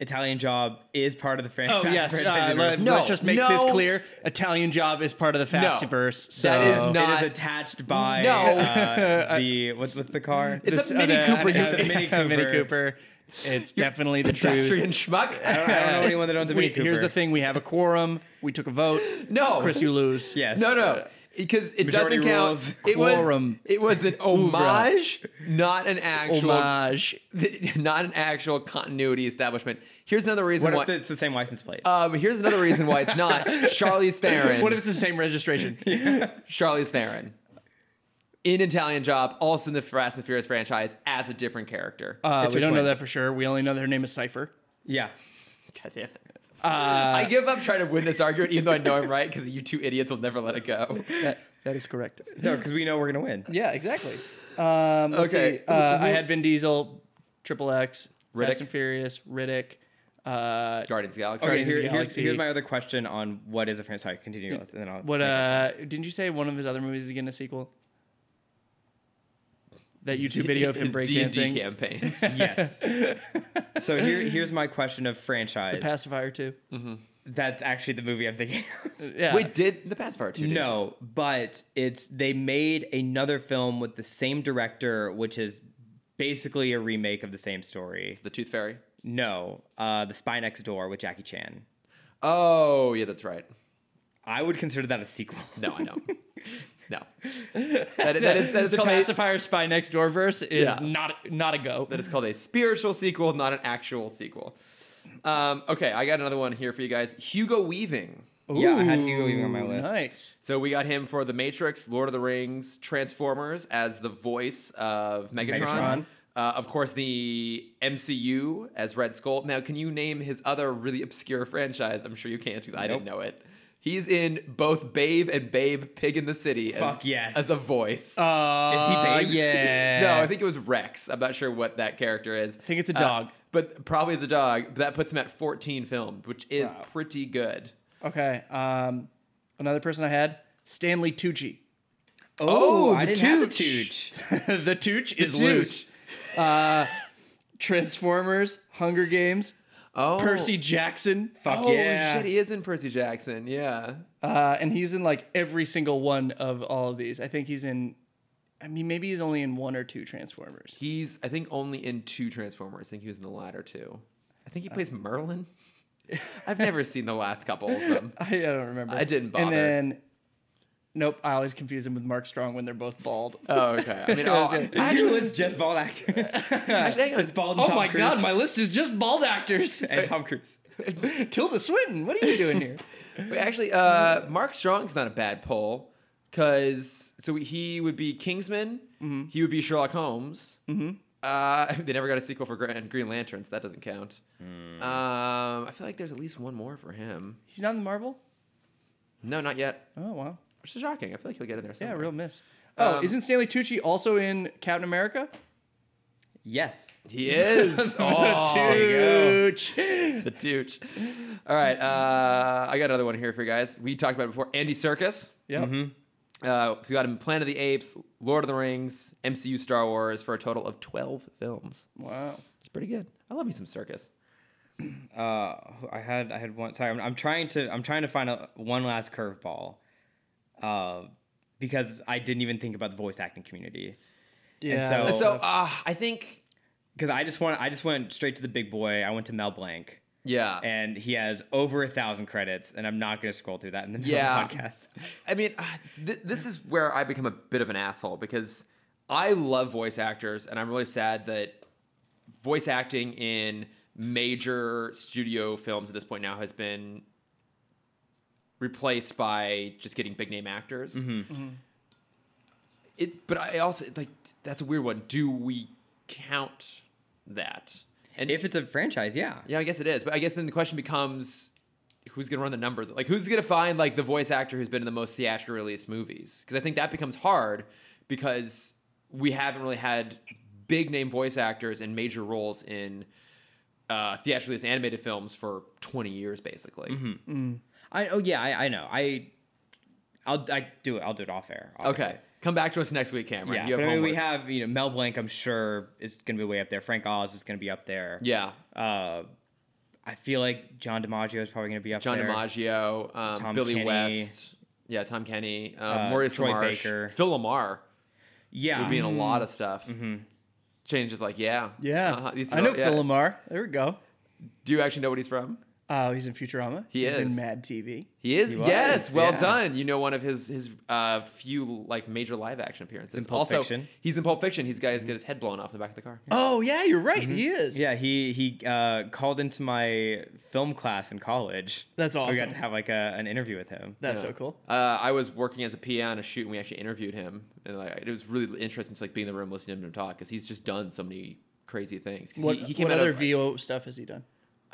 B: Italian Job is part of the fran-
C: Oh
B: Fast
C: yes, uh,
B: franchise.
C: let,
B: universe.
A: No,
C: us just make this
A: no.
C: clear. Italian Job is part of the
A: No,
C: Fast verse. So
A: that is not-
B: it is attached by
A: No.
B: uh, the what's with the car?
A: It's
C: This
A: a Mini
C: other-
A: Cooper.
C: yeah,
A: you
B: It's a Mini
C: yeah, Mini
B: Cooper.
C: Cooper. It's definitely the truth.
A: pedestrian schmuck.
B: I, don't, I don't know anyone that owns a
C: We-
B: Mini Cooper.
C: Here's the thing: we have a quorum. We took a vote.
A: No.
C: Chris, you lose.
B: Yes.
A: No, no, because it
B: Majority
A: doesn't count.
B: rules.
A: It was
C: Quorum.
A: it was an homage, not an actual,
C: Homage.
A: not an actual continuity establishment. Here's another reason
B: What
A: why.
B: if it's the same license plate?
A: um, here's another reason why it's not Charlize Theron.
C: What if it's the same registration?
A: Charlize Theron in Italian Job, also in the Fast and Furious franchise, as a different character?
C: Uh,
B: It's
C: we
B: which
C: don't know
B: one?
C: that for sure. We only know that her name is Cipher.
B: yeah.
A: God damn it.
C: uh,
A: I give up trying to win this argument, even though I know I'm right, because you two idiots will never let it go.
C: That, that is correct.
B: No, because we know we're gonna win.
C: Yeah, exactly. Um, okay.
A: Okay.
C: Uh, I had Vin Diesel, Triple X,
A: Riddick.
C: Fast and Furious, Riddick. Uh,
A: Guardians of the Galaxy.
B: Okay,
C: Guardians of
B: here,
C: the
B: here's,
C: Galaxy.
B: here's my other question on what is a franchise. Sorry, continue, and then I'll.
C: what? Uh, didn't you say one of his other movies is getting a sequel? That YouTube video of him
A: His D&D
C: breakdancing.
A: campaigns.
B: yes. so here, here's my question of franchise.
C: Pacifier too.
B: That's actually the movie I'm thinking. of.
C: Yeah.
A: Mm. Wait, did the past part too? did.
B: no, but it's they made another film with the same director, which is basically a remake of the same story.
A: The Tooth Fairy.
B: No, uh, the Spy Next Door with Jackie Chan.
A: Oh, yeah, that's right.
B: I would consider that a sequel.
A: No, I don't. No. That, that is that is
C: the
A: called a,
C: pacifier spy next door verse is
A: Yeah.
C: not not a go.
A: that is called a spiritual sequel, not an actual sequel. Um, okay, I got another one here for you guys. Hugo Weaving.
B: Yeah, I had Hugo Weaving on my
C: Ooh,
B: list.
C: Nice.
A: So we got him for The Matrix, Lord of the Rings, Transformers as the voice of Megatron.
B: Megatron.
A: Uh, of course, the MCU as Red Skull. Now, can you name his other really obscure franchise? I'm sure you can't because I didn't
B: Nope.
A: know it. He's in both Babe and Babe Pig in the City as,
B: Fuck yes.
A: as a voice.
C: Uh,
B: Is he big?
C: Yeah.
A: no, I think it was Rex. I'm not sure what that character is. I
C: Eh. think it's a dog.
A: but probably as a dog. But that puts him at 14 filmed, which is
B: Wow.
A: pretty good.
C: Okay. Um, another person I had Stanley Tucci.
A: Oh,
B: I
A: the
B: didn't have the
A: Tooch.
B: Tooch.
C: the Tooch is
A: Tooch.
C: loose. Uh, Transformers, Hunger Games,
A: Oh,
C: Percy Jackson. Fuck
A: Oh
B: yeah.
A: shit, he is in Percy Jackson. Yeah.
C: Uh, and he's in like every single one of all of these. I think he's in. I mean, maybe he's only in one or two Transformers.
A: He's I think only in two Transformers. I think he was in the latter two. I think he
C: Uh,
A: plays Merlin. I've never seen the last couple of them.
C: I, I don't remember.
A: I didn't bother.
C: And then, nope. I always confuse him with Mark Strong when they're both bald.
A: Oh, okay. I mean,
C: I
A: oh,
C: was like,
A: I
B: Actually,
A: actually,
B: it's just bald actors.
A: actually, hang on.
B: it's bald. And
C: oh
B: Tom
C: my
B: Cruise.
C: god, my list is just bald actors.
B: and Tom Cruise.
C: Tilda Swinton, what are you doing here?
A: Wait, actually, uh, Mark Strong's not a bad poll because so he would be Kingsman. He would be Sherlock Holmes. Mm-hmm. Uh, they never got a sequel for Grand Green Lanterns. that doesn't count. Um, I feel like there's at least one more for him.
C: He's not in Marvel.
A: No, not yet.
C: Oh wow,
A: Which is shocking. I feel like he'll get in there.
C: yeah,
A: Somewhere.
C: real miss. Oh,
A: Um,
C: isn't Stanley Tucci also in Captain America?
B: Yes.
A: He is. oh,
C: Tucci.
A: the douche. All right, uh, I got another one here for you guys. We talked about it before. Andy Circus.
C: Yep.
A: Uh, so we got him in Planet of the Apes, Lord of the Rings, MCU, Star Wars for a total of twelve films.
C: Wow.
A: It's pretty good. I love me some circus.
B: Uh, I had I had one. Sorry, I'm, I'm trying to I'm trying to find a, one last curveball, uh, because I didn't even think about the voice acting community.
C: Yeah.
B: so-
A: So uh, I think
B: Because I just want I just went straight to the big boy. I went to Mel Blanc.
A: Yeah.
B: and he has over a thousand credits, and I'm not going to scroll through that in the middle
A: Yeah.
B: of the podcast.
A: I mean, ah, it's- th- this is where I become a bit of an asshole because I love voice actors, and I'm really sad that voice acting in major studio films at this point now has been replaced by just getting big name actors. It, but I also like that's a weird one. Do we count that? And
B: If it's a franchise, yeah.
A: yeah, I guess it is. But I guess then the question becomes who's going to run the numbers? Like who's going to find like the voice actor who's been in the most theatrically released movies? Cuz I think that becomes hard because we haven't really had big name voice actors in major roles in uh, theatrically released animated films for 20 years basically.
B: Mm-hmm. I oh yeah, I, I know. I I'll I do it. I'll do it off air. obviously.
A: Okay. Come back to us next week, Cameron.
B: Yeah,
A: you have
B: but I mean,
A: homework.
B: we have you know Mel Blanc. I'm sure is going to be way up there. Frank Oz is going to be up there.
A: yeah.
B: Uh, I feel like John DiMaggio is probably going to be up
A: John
B: there.
A: DiMaggio, um,
B: Tom
A: Billy
B: Kenny.
A: West. Yeah, Tom Kenny, uh,
B: Uh,
A: Maurice
B: Troy
A: LaMarche,
B: Baker.
A: Phil Lamar.
B: Yeah.
A: would be in a lot of stuff. Change is like, yeah,
C: Mm. Mm-hmm. Yeah.
A: Uh-huh. These
C: I know
A: people- yeah.
C: Phil Lamar. There we go.
A: Do you actually know what he's from?
C: Oh, he's in Futurama.
A: He
C: he's
A: is.
C: in Mad TV.
A: He is.
B: He was,
A: yes, well
B: yeah.
A: done. You know one of his his uh, few like major live action appearances.
B: He's in Pulp
A: also,
B: Fiction.
A: he's in Pulp Fiction. He's
C: Mm-hmm.
A: guys get his head blown off in the back of the car.
C: Oh yeah, you're right. He is.
B: Mm-hmm. yeah, he he uh, called into my film class in college.
C: That's
B: We
C: awesome.
B: got to have like a, an interview with him.
C: That's
A: Yeah.
C: so cool.
A: Uh, I was working as a PA on a shoot, and we actually interviewed him, and like it was really interesting to like being in the room listening to him talk because he's just done so many crazy things. 'Cause
C: What,
A: he, he came
C: what
A: out
C: other
A: of,
C: VO stuff has he done?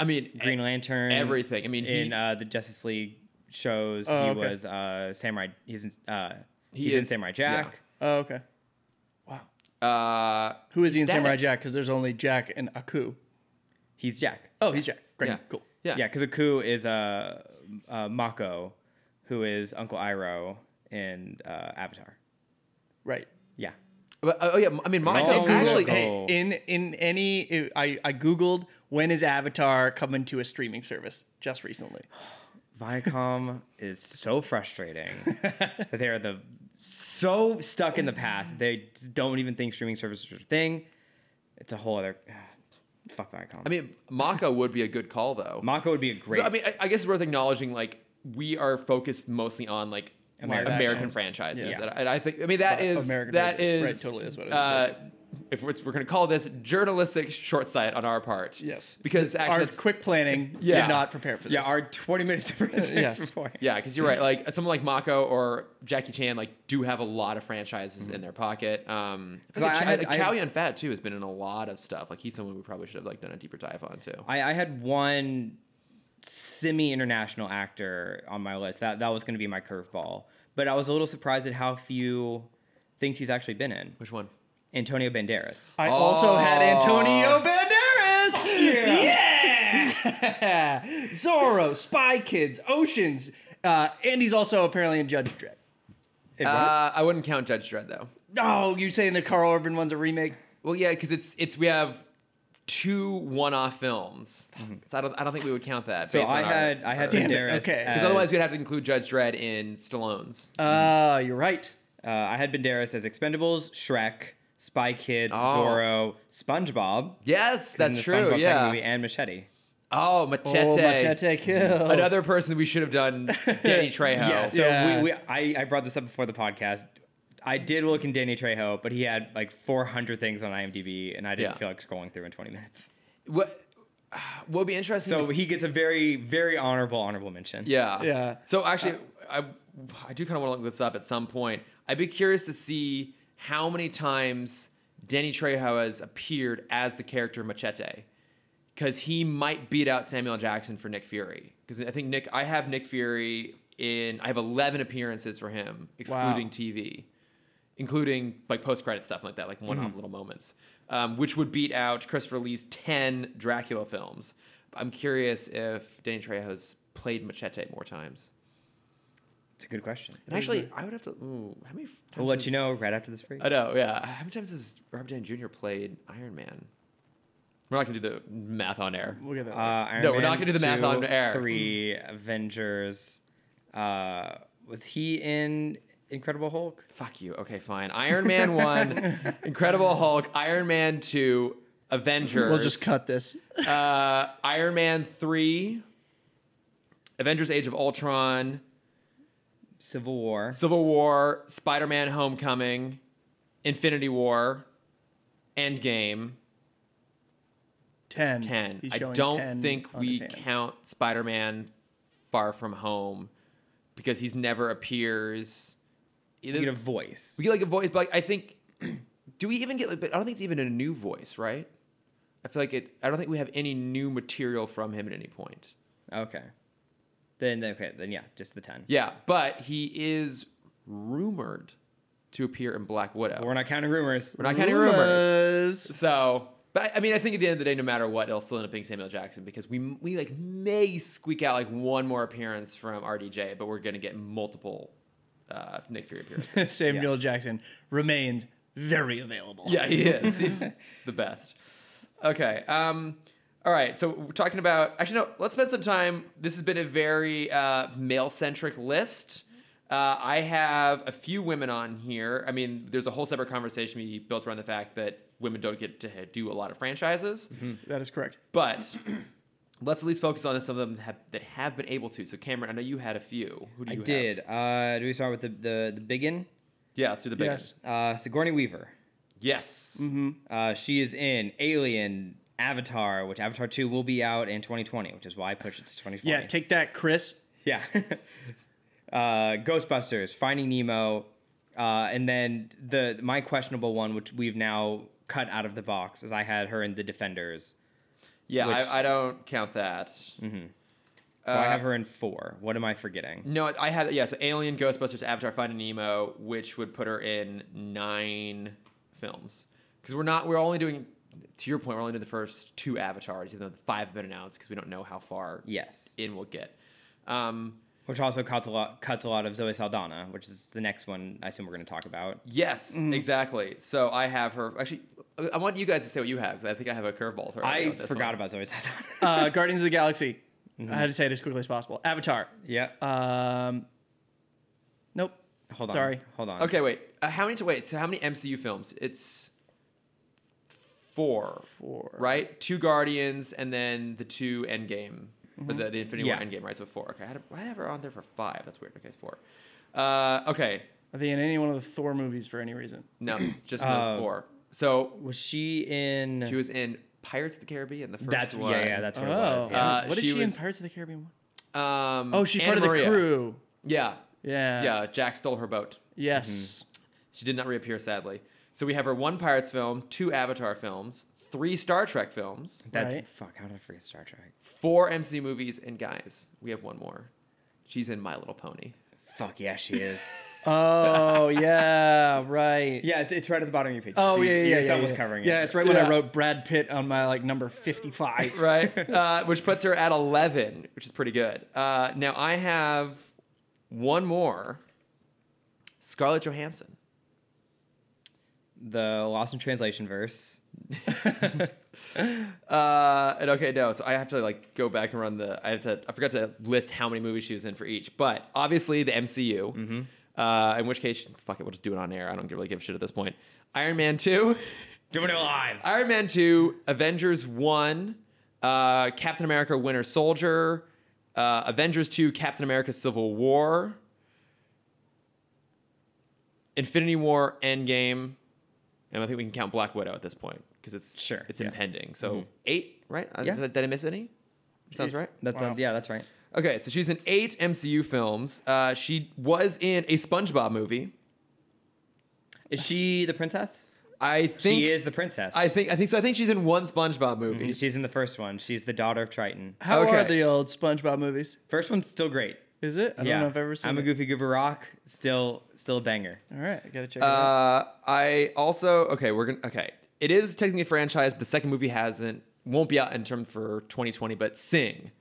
A: I mean,
B: Green Lantern.
A: everything. I mean, he,
B: in uh, the Justice League shows,
C: Oh,
B: he
C: okay.
B: was uh, Samurai. He's in, uh,
A: He
B: he's in
A: is-
B: Samurai Jack.
C: Oh okay. Wow.
A: uh,
C: Who is he in
A: Static.
C: Samurai Jack? Because there's only Jack and Aku.
B: He's Jack.
C: Oh, he's Jack. Great.
A: Yeah,
C: Cool.
A: Yeah,
B: Yeah, because Aku is uh, uh, Mako, who is Uncle Iroh in uh, Avatar.
C: Right.
B: Yeah.
A: But, oh yeah, I mean,
B: I
A: Mako
B: did Google
A: actually.
B: Mako.
C: hey, in in any, I I googled when is Avatar coming to a streaming service just recently.
B: Viacom is so frustrating that they are the so stuck in the past. They don't even think streaming services are a thing. It's a whole other fuck Viacom.
A: I mean, Mako would be a good call though.
B: Mako would be a great.
A: So I mean, I, I guess it's worth acknowledging like we are focused mostly on like American,
B: American
A: franchises,
B: Yeah.
A: And, I- and I think I mean that
C: Uh,
A: is
C: American
A: that is
C: movies. Right, totally is what it is.
A: uh, if we're, we're going to call this journalistic short sight on our part,
C: Yes.
A: because
C: Our
A: actually, it's,
C: quick planning
A: Yeah.
C: did not prepare for this.
B: yeah, our twenty minutes of research
C: Yes.
B: before.
A: yeah, because you're right. Like someone like Mako or Jackie Chan, like do have a lot of franchises
C: Mm-hmm.
A: in their pocket. Um, I think
B: I- I
A: Chow-
B: had-
A: like,
B: I
A: Chow
B: had-
A: Yun Fat too has been in a lot of stuff. Like he's someone we probably should have like done a deeper dive on too.
B: I, I had one semi-international actor on my list. That that was going to be my curveball, but I was a little surprised at how few things he's actually been in.
A: Which one?
B: Antonio Banderas.
C: I also had Antonio Banderas. Yeah. Zorro, Spy Kids, Oceans, uh, and he's also apparently in Judge Dredd.
A: Uh, I wouldn't count Judge Dredd though.
C: No, Oh, you saying the Carl Urban one's a remake?
A: Well, yeah, because it's it's we have two one-off films, so I don't I don't think we would count that.
B: Mm-hmm. so
A: based
B: I
A: on our-
B: had I had
C: Damn it,
B: Banderas.
C: okay. 'Cause
A: because otherwise
B: as-
A: we'd have to include Judge Dredd in Stallone's.
C: Uh, you're right.
B: Uh, I had Banderas as Expendables, Shrek, Spy Kids,
A: Oh.
B: Zorro, SpongeBob.
A: yes,
B: in
A: that's
B: the
A: true.
B: SpongeBob
A: Yeah.
B: movie and Machete.
A: Oh, Machete.
C: Oh, Machete kills.
A: Another person we should have done, Danny Trejo.
B: Yeah, so
C: Yeah.
B: We, we, I, I brought this up before the podcast. I did look in Danny Trejo, but he had like 400 things on IMDb, and I didn't
A: Yeah.
B: feel like scrolling through in 20 minutes.
A: What what would be interesting?
B: So
A: if-
B: he gets a very, very honorable, honorable mention.
A: yeah,
C: Yeah.
A: So actually,
B: Uh,
A: I I do kind of want to look this up at some point. I'd be curious to see how many times Danny Trejo has appeared as the character Machete. because he might beat out Samuel Jackson for Nick Fury. Because I think Nick, I have Nick Fury in, I have 11 appearances for him, excluding TV, including like post credit stuff like that, like one
B: Mm-hmm.
A: off little moments, um, which would beat out Christopher Lee's 10 Dracula films. I'm curious if Danny Trejo's played Machete more times.
B: It's a good question.
A: And actually, I would have to, ooh, how many times?
B: Mm-hmm. We'll let
A: has-
B: you know right after this break. Uh,
A: I know, yeah. How many times has Robert Downey Jr. played Iron Man? We're not going to do the math on air.
C: We'll get that.
B: Uh, Iron
A: No, we're not
B: Man
A: gonna do the math
B: 2,
A: on air.
B: Three Avengers. Uh, was he in Incredible Hulk?
A: Fuck you. Okay, fine. Iron Man 1, Incredible Hulk, Iron Man 2, Avengers.
C: We'll just cut this.
A: Uh, Iron Man three, Avengers: Age of Ultron,
B: Civil War.
A: Civil War, Spider Man: Homecoming, Infinity War, Endgame.
C: 10.
A: 10.
C: He's
A: I
C: showing
A: don't
C: 10
A: think
C: on
A: we
C: his hand.
A: count Spider Man Far From Home because he's never appears. Either,
B: You get a voice.
A: we get like a voice, but like, I think, do we even get like, but I don't think it's even a new voice, right? I feel like it, I don't think we have any new material from him at any point.
B: Okay. Then okay. Then yeah, just the ten.
A: Yeah, but he is rumored to appear in Black Widow.
B: But we're not counting rumors.
A: We're not counting rumors.
C: Rumors.
A: So, but I- I mean, I think at the end of the day, no matter what, it'll still end up being Samuel Jackson because we we like may squeak out like one more appearance from RDJ, but we're gonna get multiple uh, Nick Fury appearances.
C: Samuel Jackson remains very available.
A: yeah, he is. He's the best. Okay. Um. All right. So we're talking about actually no. Let's spend some time. This has been a very uh, male centric list. Uh, I have a few women on here. I mean, there's a whole separate conversation we built around the fact that women don't get to do a lot of franchises.
B: Mm-hmm.
C: That is correct.
A: But let's at least focus on some of them that have, that have been able to. So, Cameron, I know you had a few. Who do
B: I
A: you have?
B: did. Uh, do we start with the the the biggin?
A: Yeah, let's do the big
C: Yes.
B: Uh, Sigourney Weaver.
A: Yes.
B: Uh, she is in Alien, Avatar, which Avatar Two will be out in 2020, which is why I pushed it to 2020.
C: Yeah, take that, Chris.
B: Yeah. uh, Ghostbusters, Finding Nemo, uh, and then the my questionable one, which we've now cut out of the box, is I had her in The Defenders.
A: Yeah,
B: Which-
A: I, I don't count that.
B: So
A: Uh,
B: I have her in four. What am I forgetting?
A: No, I had, yeah, so Alien, Ghostbusters, Avatar, Finding Nemo, which would put her in nine films. Because we're not, we're only doing, to your point, we're only doing the first two Avatars, even though the five have been announced because we don't know how far
B: Yes.
A: in we'll get. Um,
B: Which also cuts a lot cuts a lot of Zoe Saldana, which is the next one I assume we're going to talk about.
A: yes,
B: Mm-hmm.
A: exactly. So I have her, actually, I- I want you guys to say what you have because I think I have a curveball for
B: I
A: on this
B: forgot
A: one.
B: about Zoe Saldana.
C: Uh, Guardians of the Galaxy. I had to say it as quickly as possible. Avatar.
B: yeah.
C: Um, nope.
B: Hold on.
C: Sorry.
B: Hold on.
A: Okay, wait. Uh, how many? To, wait. So how many MCU films? It's four,
C: Four.
A: right? Two Guardians, and then the two Endgame,
C: Mm-hmm.
A: or the, the Infinity
B: Yeah.
A: War Endgame, right? So four. Okay, I had, why did I have her on there for five? That's weird. Okay, four. Uh, okay,
C: Are they in any one of the Thor movies for any reason?
A: no, just in those
B: Uh,
A: four. So
B: Was she in?
A: she was in Pirates of the Caribbean, the first
B: that's
A: one.
B: yeah, yeah. That's what
C: oh.
B: it was. Yeah.
A: Uh,
C: what is
A: she
C: she,
A: was-
C: in Pirates of the Caribbean? One?
A: Um,
C: Oh, she's
A: Anna
C: part of the
A: Maria.
C: crew.
A: Yeah,
C: Yeah.
A: yeah. Jack stole her boat.
C: Yes.
A: She did not reappear, sadly. So we have her one Pirates film, two Avatar films, three Star Trek films.
B: that's
C: right.
B: fuck. How did I forget Star Trek?
A: four MC movies, and guys, we have one more. She's in My Little Pony.
B: Fuck yeah, she is.
C: Oh yeah. Right.
B: Mm-hmm. yeah, it's, it's right at the bottom of your page.
C: Oh
B: See,
C: yeah, yeah,
B: your
C: yeah.
B: thumb
C: yeah,
B: was
C: yeah.
B: covering
C: Yeah,
B: it.
C: it's right when
A: Yeah.
C: I wrote Brad Pitt on my like number fifty-five.
A: Right? uh, which puts her at 11, which is pretty good. Uh, now I have one more Scarlett Johansson.
B: the Lost in Translation verse.
A: Uh, and okay, no, so I have to like go back and run the. I have to. I forgot to list how many movies she was in for each, but obviously the MCU. Uh, in which case, fuck it, we'll just do it on air. I don't really give a shit at this point. Iron Man Two.
B: Doing it live.
A: Iron Man 2, Avengers 1, uh, Captain America Winter Soldier, uh, Avengers 2, Captain America Civil War, Infinity War Endgame, and I think we can count Black Widow at this point because it's
B: Sure,
A: it's
B: yeah. Mm-hmm.
A: impending. So eight, right? I-
B: Yeah.
A: Did, I miss any? Sounds
C: Jeez.
A: right.
B: That's
C: Wow.
B: not, yeah, that's right.
A: Okay, so she's in eight MCU films. Uh, she was in a SpongeBob movie.
B: Is she the princess?
A: I think
B: she is Mm-hmm. the princess.
A: I think I think so. I think she's in one SpongeBob movie.
B: she's in the first one. She's the daughter of Triton.
C: How
A: Okay.
C: are the old SpongeBob movies?
B: First one's still great.
C: Is it? I don't know if I've ever seen.
B: I'm
C: it.
B: a goofy goober rock. Still, still a banger.
C: All right, I gotta check. it out.
A: Uh, I also okay. We're gonna okay. It is technically a franchise, but the second movie hasn't won't be out in term for 2020. But Sing,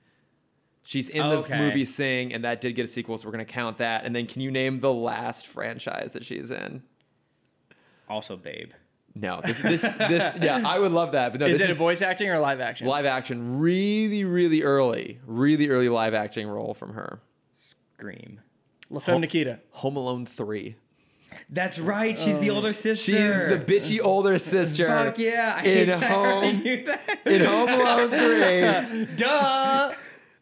A: she's in the
B: Okay.
A: movie Sing, and that did get a sequel, so we're gonna count that. And then can you name the last franchise that she's in?
B: Also, babe.
A: No, this this this yeah, I would love that, but no,
C: Is
A: this
C: it a voice acting or live action?
A: live action, really really early, really early live acting role from her.
B: Scream.
C: La Femme Nikita.
A: Home Alone three.
B: That's right. She's the older sister.
A: She's the bitchy older sister.
B: Fuck yeah! I hate
A: in
B: that I already
A: home
B: knew that.
A: in Home Alone three.
C: Duh. Uh,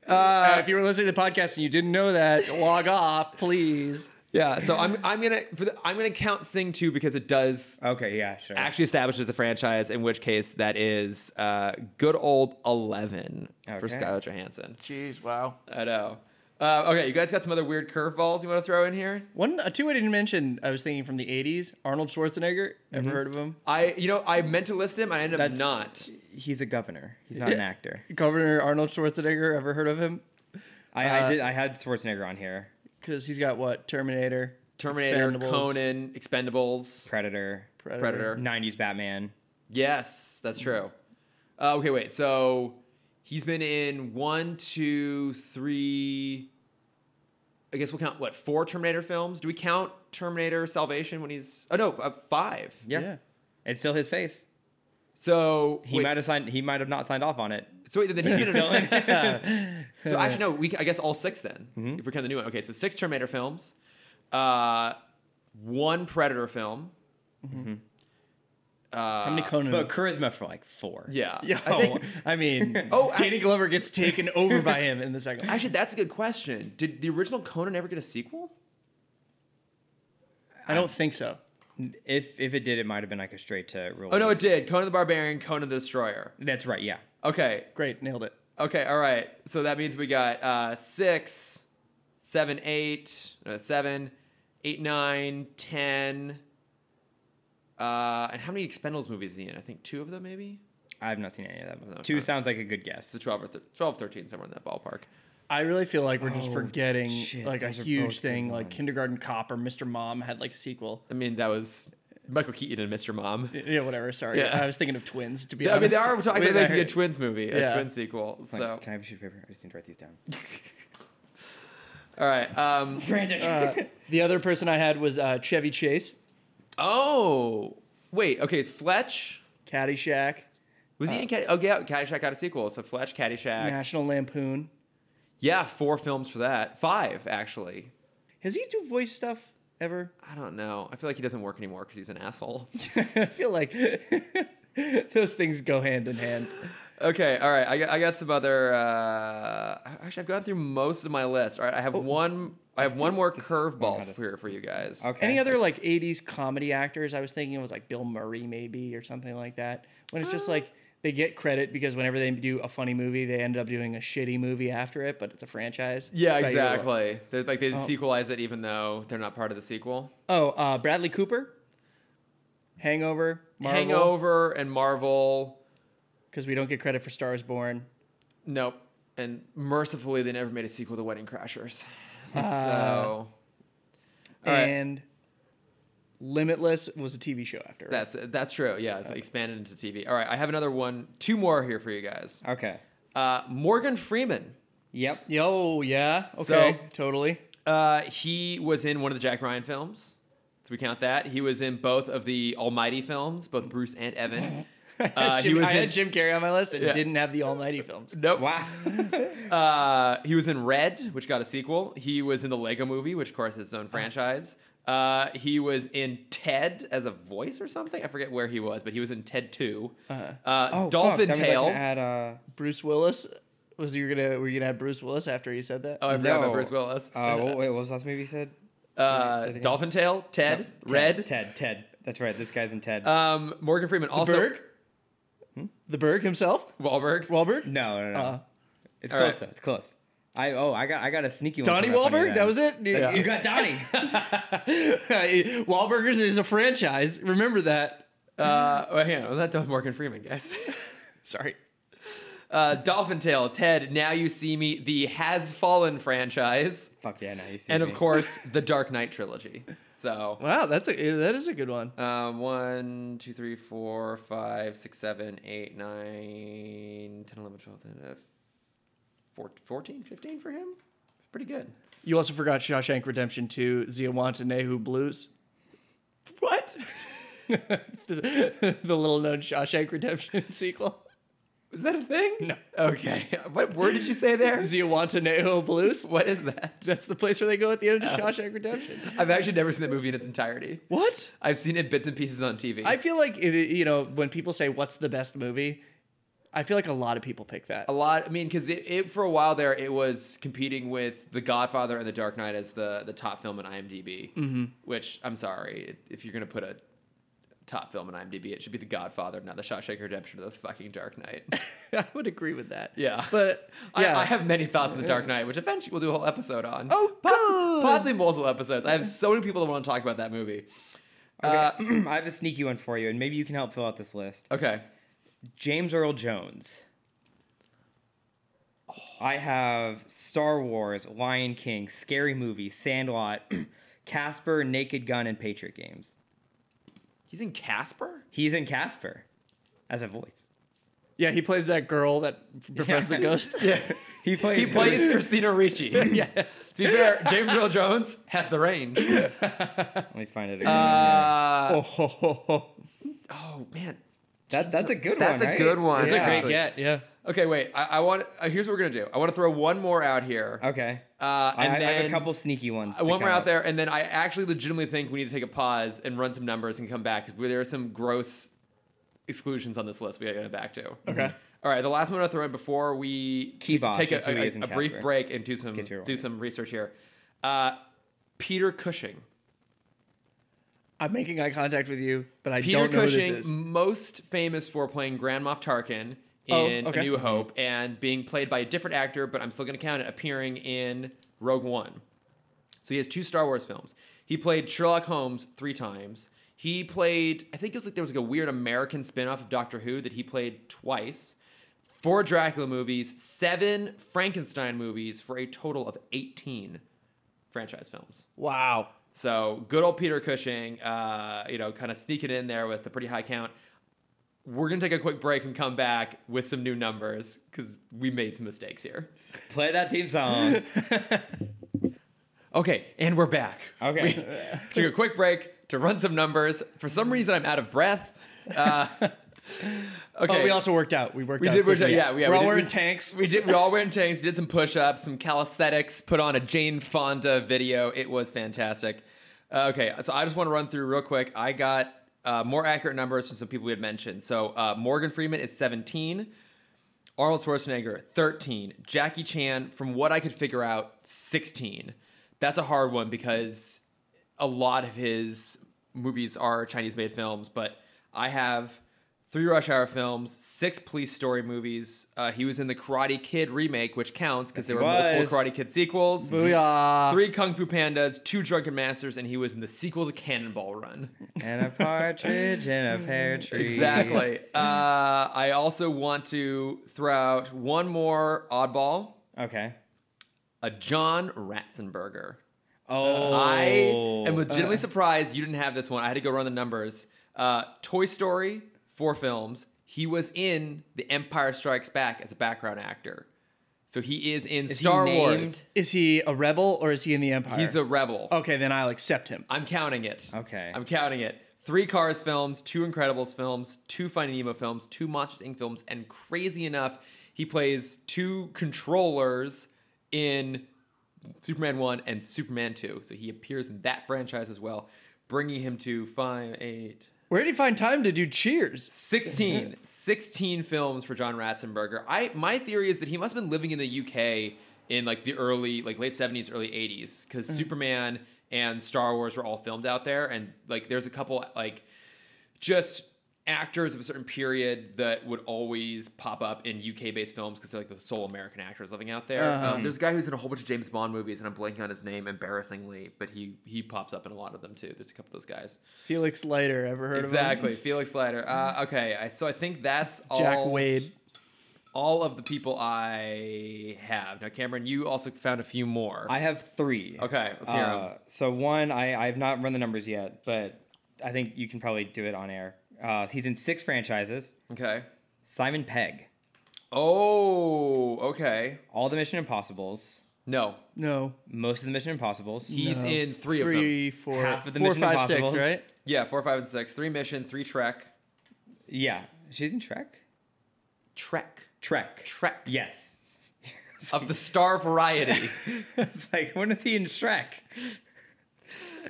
A: Uh,
C: if you were listening to the podcast and you didn't know that, log off, please.
A: yeah, so I'm I'm gonna for the, I'm gonna count Sing two because it does
B: Okay, yeah, sure.
A: actually establishes a franchise. In which case, that is uh, good old eleven for
B: Okay.
A: Scarlett Johansson.
C: Jeez, wow.
A: I know. Uh, okay, you guys got some other weird curveballs you want to throw in here?
C: One, uh, two I didn't mention. I was thinking from the '80s. Arnold Schwarzenegger. Ever heard of him?
A: I you know I meant to list him, I ended up
B: That's
A: not.
B: He's a governor. He's not an actor.
C: Governor Arnold Schwarzenegger. Ever heard of him?
B: I,
C: Uh,
B: I did. I had Schwarzenegger on here.
C: Because he's got what? Terminator.
A: Terminator,
C: Expendables,
A: Conan, Expendables,
B: Predator.
A: Predator.
B: '90s Batman.
A: Yes, that's true. Uh, okay, wait. So he's been in one, two, three. I guess we'll count what four Terminator films. Do we count Terminator Salvation when he's? Oh no, uh, five.
B: Yeah.
C: Yeah.
B: It's still his face.
A: So
B: He
A: wait,
B: might have signed. He might have not signed off on it.
A: So wait, then he's
B: He's
A: been
B: still
A: in.
B: in it.
A: So actually, no. We I guess all six then. If we count the new one. Okay, so six Terminator films, uh, one Predator film. Uh,
C: How many Conan?
B: but charisma for like four.
A: Yeah.
C: Yo,
A: I
C: I,
A: think,
C: mean,
A: Oh,
C: oh,
A: I-
C: Danny Glover gets taken over by him in the second. one.
A: actually, that's a good question. Did the original Conan ever get a sequel?
C: I don't think so.
B: If if it did, it might have been like a straight to rule.
A: Oh no, it did. Conan the Barbarian, Conan the Destroyer.
B: That's right. Yeah.
A: Okay,
C: Great, nailed it.
A: okay, all right. So that means we got uh, six, seven, eight, uh, seven, eight, nine, ten. Uh, and how many Expendables movies is he in? I think two of them, maybe.
B: I have not seen any of them.
A: Okay.
B: Two sounds like a good guess.
A: It's a 12 or thir- 12, 13, somewhere in that ballpark.
C: I really feel like we're just
B: Oh,
C: forgetting
B: shit,
C: like a
B: those are both
C: huge
B: good
C: thing. Like
B: ones.
C: Kindergarten Cop or Mr. Mom had like a sequel.
A: I mean, that was Michael Keaton and Mr. Mom.
C: Yeah, whatever. Sorry,
A: Yeah.
C: I was thinking of twins. To be
A: I mean,
C: honest,
A: they are talking
C: Wait,
A: about making
C: I-
A: a twins movie, a
C: Yeah.
A: twin sequel.
B: Fine,
A: So,
B: Can I have a sheet of paper? I just need to write these down.
A: all right. Um,
B: Frantic.
C: Uh, The other person I had was uh, Chevy Chase,
A: oh, wait. Okay, Fletch.
C: Caddyshack,
A: Was he in Caddy? Oh, yeah, Caddyshack got a sequel. So Fletch, Caddyshack.
C: National Lampoon.
A: Yeah, four films for that. Five, actually.
C: Has he do voice stuff ever?
A: I don't know. I feel like he doesn't work anymore because he's an asshole.
C: I feel like those things go hand in hand.
A: okay, all right. I got, I got some other. Uh, actually, I've gone through most of my list. All right, I have one. I have one more
B: one
A: curveball
B: had a
A: here for you guys.
B: Okay.
C: Any other like '80s comedy actors? I was thinking it was like Bill Murray maybe or something like that. When it's
A: Uh.
C: just like they get credit because whenever they do a funny movie, they end up doing a shitty movie after it, but it's a franchise.
A: Yeah,
C: But you're like-
A: exactly. They're, like they sequelize it even though they're not part of the sequel.
C: Oh, uh, Bradley Cooper, Hangover, Marvel,
A: Hangover and Marvel.
C: because we don't get credit for Stars Born.
A: Nope. And mercifully, they never made a sequel to Wedding Crashers. so right.
C: and Limitless was a TV show after. right?
A: that's that's true. Yeah, it's expanded into TV. All right, I have another one, two more here for you guys.
B: Okay.
A: Uh, Morgan Freeman.
B: Yep.
C: Yo, yeah,
A: So-
C: okay, totally.
A: Uh, he was in one of the Jack Ryan films. So we count that. He was in both of the Almighty films, both Bruce and Evan. Uh,
C: Jim,
A: he was
C: I
A: in.
C: had Jim Carrey on my list and
A: Yeah.
C: didn't have the Almighty films.
A: Nope.
B: Wow.
A: Uh, he was in Red, which got a sequel. He was in the Lego Movie, which of course is its own franchise. Uh, he was in Ted as a voice or something. I forget where he was, but he was in Ted Two. uh
B: Oh,
A: Dolphin
B: fuck, that means I
A: Tail.
B: can add, uh,
C: Bruce Willis was you gonna were you gonna have Bruce Willis after you said that?
A: oh, I forgot about
B: No.
A: Bruce Willis.
B: uh, what, wait, what was the last movie you said?
A: Uh,
B: say it again.
A: Dolphin Tail, Ted,
B: Ted,
A: Red.
B: Ted. Ted. That's right. This guy's in Ted.
A: Um, Morgan Freeman also.
C: Berg, Hmm? the Berg himself,
A: Wahlberg.
C: Wahlberg,
B: no, no, no.
C: uh,
B: it's
A: uh-huh. all
B: close
A: right.
B: though. It's close. I oh, I got I got a sneaky one.
C: Donnie
B: coming up on you
C: Wahlberg.
B: then.
C: That was it.
A: Yeah.
B: You got Donnie.
C: Wahlburgers is a franchise. Remember that.
A: Uh, well, hang on, I'm not done with Morgan Freeman, guys.
C: Sorry.
A: Uh, Dolphin Tail, Ted. Now you see me. The Has Fallen franchise.
B: Fuck yeah, now you see
A: and of
B: me.
A: course the Dark Knight trilogy. So
C: Wow, that's a that is a good one.
A: um, one, two, three, four, five, six, seven, eight, nine, 10, 11, 12, 13, uh, four- 14, 15 for him. Pretty good.
C: You also forgot Shawshank Redemption 2, Ziawantanehu Blues.
A: What?
C: the, the little known Shawshank Redemption sequel.
A: Is that a thing?
C: No.
A: Okay. What word did you say there?
C: Ziawantaneo Blues.
A: What is that?
C: That's the place where they go at the end
A: Uh,
C: of Shawshank Redemption.
A: I've actually never seen that movie in its entirety.
C: What?
A: I've seen it bits and pieces on TV.
C: I feel like it- you know when people say what's the best movie, I feel like a lot of people pick that.
A: a lot. I mean, because it, it for a while there, it was competing with The Godfather and The Dark Knight as the the top film on IMDb. Mm-hmm. Which I'm sorry, if you're gonna put a top film on IMDb, it should be The Godfather, not The Shawshank Redemption or The fucking Dark Knight.
C: I would agree with that.
A: Yeah.
C: but yeah,
A: I, I have many thoughts on The Dark Knight, which eventually we'll do a whole episode on.
C: Oh,
A: possibly,
C: good.
A: possibly multiple episodes. I have so many people that want to talk about that movie. Uh,
B: I have a sneaky one for you, and maybe you can help fill out this list.
A: okay.
B: James Earl Jones. I have Star Wars, Lion King, Scary Movie, Sandlot, Casper, Naked Gun, and Patriot Games.
A: He's in Casper.
B: He's in Casper as a voice.
C: yeah, he plays that girl that befriends
B: Yeah.
C: the ghost.
A: Yeah.
B: He plays.
A: He plays Christina Ricci.
C: yeah,
A: To be fair, James Earl Jones has the range.
B: Let me find it again. yeah.
A: Uh,
C: Oh, ho, ho, ho.
A: oh man,
B: that, that's a good one.
A: that's a
B: right?
A: good one.
C: that's
A: Yeah.
C: a great
A: Actually.
C: get. Yeah,
A: Okay, wait. I, I want. Uh, here's what we're gonna do. I want to throw one more out here.
B: Okay.
A: Uh,
B: I,
A: and
B: I
A: then
B: have a couple sneaky ones.
A: uh,
B: to
A: One more
B: count.
A: out there, and then I actually legitimately think we need to take a pause and run some numbers and come back because there are some gross exclusions on this list we got to get back to.
C: Okay.
A: All right, the last one I'll throw in before we
B: Key
A: t-
B: Bosch
A: take a,
B: is who he
A: a-
B: is in
A: a brief
B: Casper.
A: break and do some
B: case
A: do
B: you're wondering.
A: some research here. Uh, Peter Cushing.
C: I'm making eye contact with you, but I
A: Peter
C: don't know
A: Cushing,
C: who this is.
A: most famous for playing Grand Moff Tarkin in A
C: Oh, okay.
A: New Hope and being played by a different actor, but I'm still going to count it, appearing in Rogue One. So he has two Star Wars films. He played Sherlock Holmes three times. He played, I think it was like there was like a weird American spin-off of Doctor Who that he played twice. Four Dracula movies, seven Frankenstein movies for a total of 18 franchise films.
C: Wow.
A: So good old Peter Cushing, uh, you know, kind of sneaking in there with a pretty high count. We're gonna take a quick break and come back with some new numbers because we made some mistakes here.
B: Play that theme song.
A: Okay, and we're back.
B: Okay.
A: We took a quick break to run some numbers. For some reason, I'm out of breath. Uh, okay,
C: Oh, we also worked out. We worked
A: We
C: out.
A: did work
C: quickly.
A: out, yeah, yeah,
C: We're
A: we
C: all
A: did-
C: wearing
A: we-
C: tanks.
A: we did. We all went tanks. Did some push-ups, some calisthenics. Put on a Jane Fonda video. It was fantastic. Uh, okay, so I just want to run through real quick. I got uh, more accurate numbers from some people we had mentioned. So uh, Morgan Freeman is 17. Arnold Schwarzenegger, 13. Jackie Chan, from what I could figure out, 16. That's a hard one because a lot of his movies are Chinese made films, but I have three Rush Hour films, six police story movies. Uh, he was in the Karate Kid remake, which counts because there
B: he
A: were
B: was.
A: multiple Karate Kid sequels.
C: Booyah.
A: Three Kung Fu Pandas, two Drunken Masters, and he was in the sequel to Cannonball Run.
B: and a partridge in a pear tree.
A: Exactly. Uh, I also want to throw out one more oddball
B: Okay.
A: a John Ratzenberger.
B: Oh. Uh.
A: I am legitimately surprised you didn't have this one. I had to go run the numbers. Uh, Toy Story, four films. He was in The Empire Strikes Back as a background actor. So he is in
B: Is he
A: Star
B: named? Oh.
A: Wars.
C: Is he a rebel or is he in the Empire?
A: He's a rebel.
C: Okay, then I'll accept him.
A: I'm counting it.
B: Okay.
A: I'm counting it. Three Cars films, two Incredibles films, two Finding Nemo films, two Monsters Inc. films, and crazy enough, he plays two controllers in Superman 1 and Superman 2. So he appears in that franchise as well, bringing him to 5, 8,
C: Where did he find time to do Cheers?
A: 16 16 films for john ratzenberger i my theory is that he must have been living in the uk in like the early like late 70s early 80s because superman and star wars were all filmed out there and like there's a couple like just actors of a certain period that would always pop up in UK based films because they're like the sole American actors living out there. Um, there's a guy who's in a whole bunch of James Bond movies, and I'm blanking on his name embarrassingly, but he he pops up in a lot of them too. There's a couple of those guys.
C: Felix Leiter, ever heard
A: Exactly,
C: of him?
A: Felix Leiter. Uh, okay, I, so I think that's
C: Jack
A: all.
C: Wade.
A: All of the people I have now, Cameron. You also found a few more.
B: I have three.
A: okay, let's hear 'em.
B: Uh, so one, I I've not run the numbers yet, but I think you can probably do it on air. Uh, he's in six franchises.
A: Okay.
B: Simon Pegg,
A: Oh, okay.
B: all the Mission Impossibles,
A: No,
C: No.
B: most of the Mission Impossibles.
A: he's
C: No.
A: in three, of them.
C: Three, four,
B: Half of the
C: four,
B: Mission
C: five, six,
B: Impossibles.
C: right?
A: Yeah, four, five, and six. Three Mission, three Trek.
B: yeah, she's in Trek.
A: Trek.
B: Trek.
A: Trek.
B: Yes.
A: Of the star variety.
B: it's like when is he in Shrek?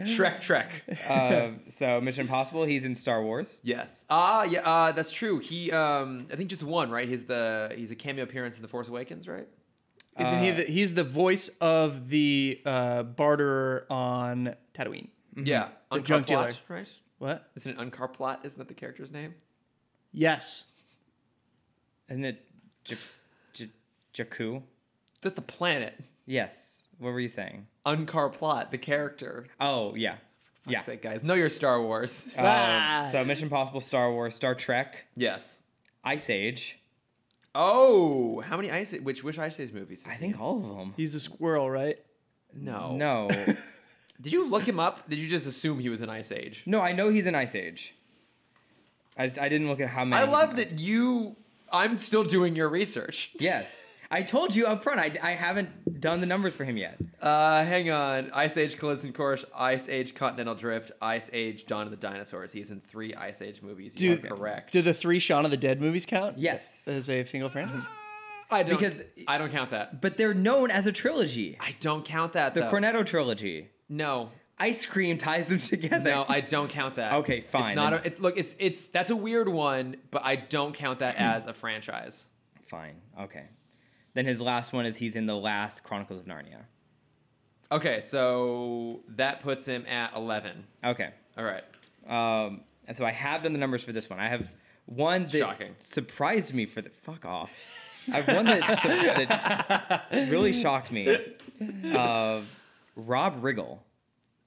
A: Shrek Trek.
B: Um, so Mission Impossible, he's in Star Wars.
A: Yes. Ah, yeah, uh, that's true. He um I think just one, right? He's the he's a cameo appearance in The Force Awakens, right?
C: Isn't
B: Uh,
C: he? The, he's the voice of the uh, barterer on Tatooine.
A: Yeah.
C: Mm-hmm. The junk dealer.
A: Plot, right?
C: What?
A: Isn't it Uncar Plot? Isn't that the character's name?
C: Yes.
B: Isn't it J- J- Jakku?
A: That's the planet.
B: Yes. What were you saying?
A: Uncar Plot, the character.
B: Oh yeah.
A: Fuck's
B: yeah.
A: sake, guys. Know your Star Wars.
B: Um,
C: Ah.
B: so Mission Impossible, Star Wars, Star Trek,
A: yes.
B: Ice Age.
A: Oh, how many Ice Which which Ice Age movies? is
B: I
A: he
B: think all of them.
C: He's a squirrel, right?
A: in? No.
B: No.
A: Did you look him up? Did you just assume he was in Ice Age?
B: no, I know he's in Ice Age. I, just- I didn't look at how many.
A: I
B: he's in.
A: love that you. I'm still doing your research.
B: Yes. I told you up front, I, I haven't done the numbers for him yet.
A: Uh, hang on. Ice Age Collision Course, Ice Age Continental Drift, Ice Age Dawn of the Dinosaurs. He's in three Ice Age movies. You
C: Do-
A: are correct.
C: Do the three Shaun of the Dead movies count?
B: Yes.
A: Uh,
C: As a single franchise.
A: I don't,
B: because-
A: I don't count that.
B: But they're known as a trilogy
A: I don't count that.
B: the
A: though.
B: Cornetto trilogy.
A: No,
B: Ice cream ties them together.
A: no, I don't count that.
B: Okay, fine,
A: It's not.
B: then.
A: A, it's look. It's it's that's a weird one, but I don't count that as a franchise.
B: Fine. Okay. Then his last one is he's in the last Chronicles of Narnia.
A: Okay, so that puts him at eleven.
B: Okay.
A: All right.
B: Um, and so I have done the numbers for this one. I have one that
A: Shocking.
B: surprised me for the fuck off. I have one that, su- that really shocked me. Uh, Rob Riggle.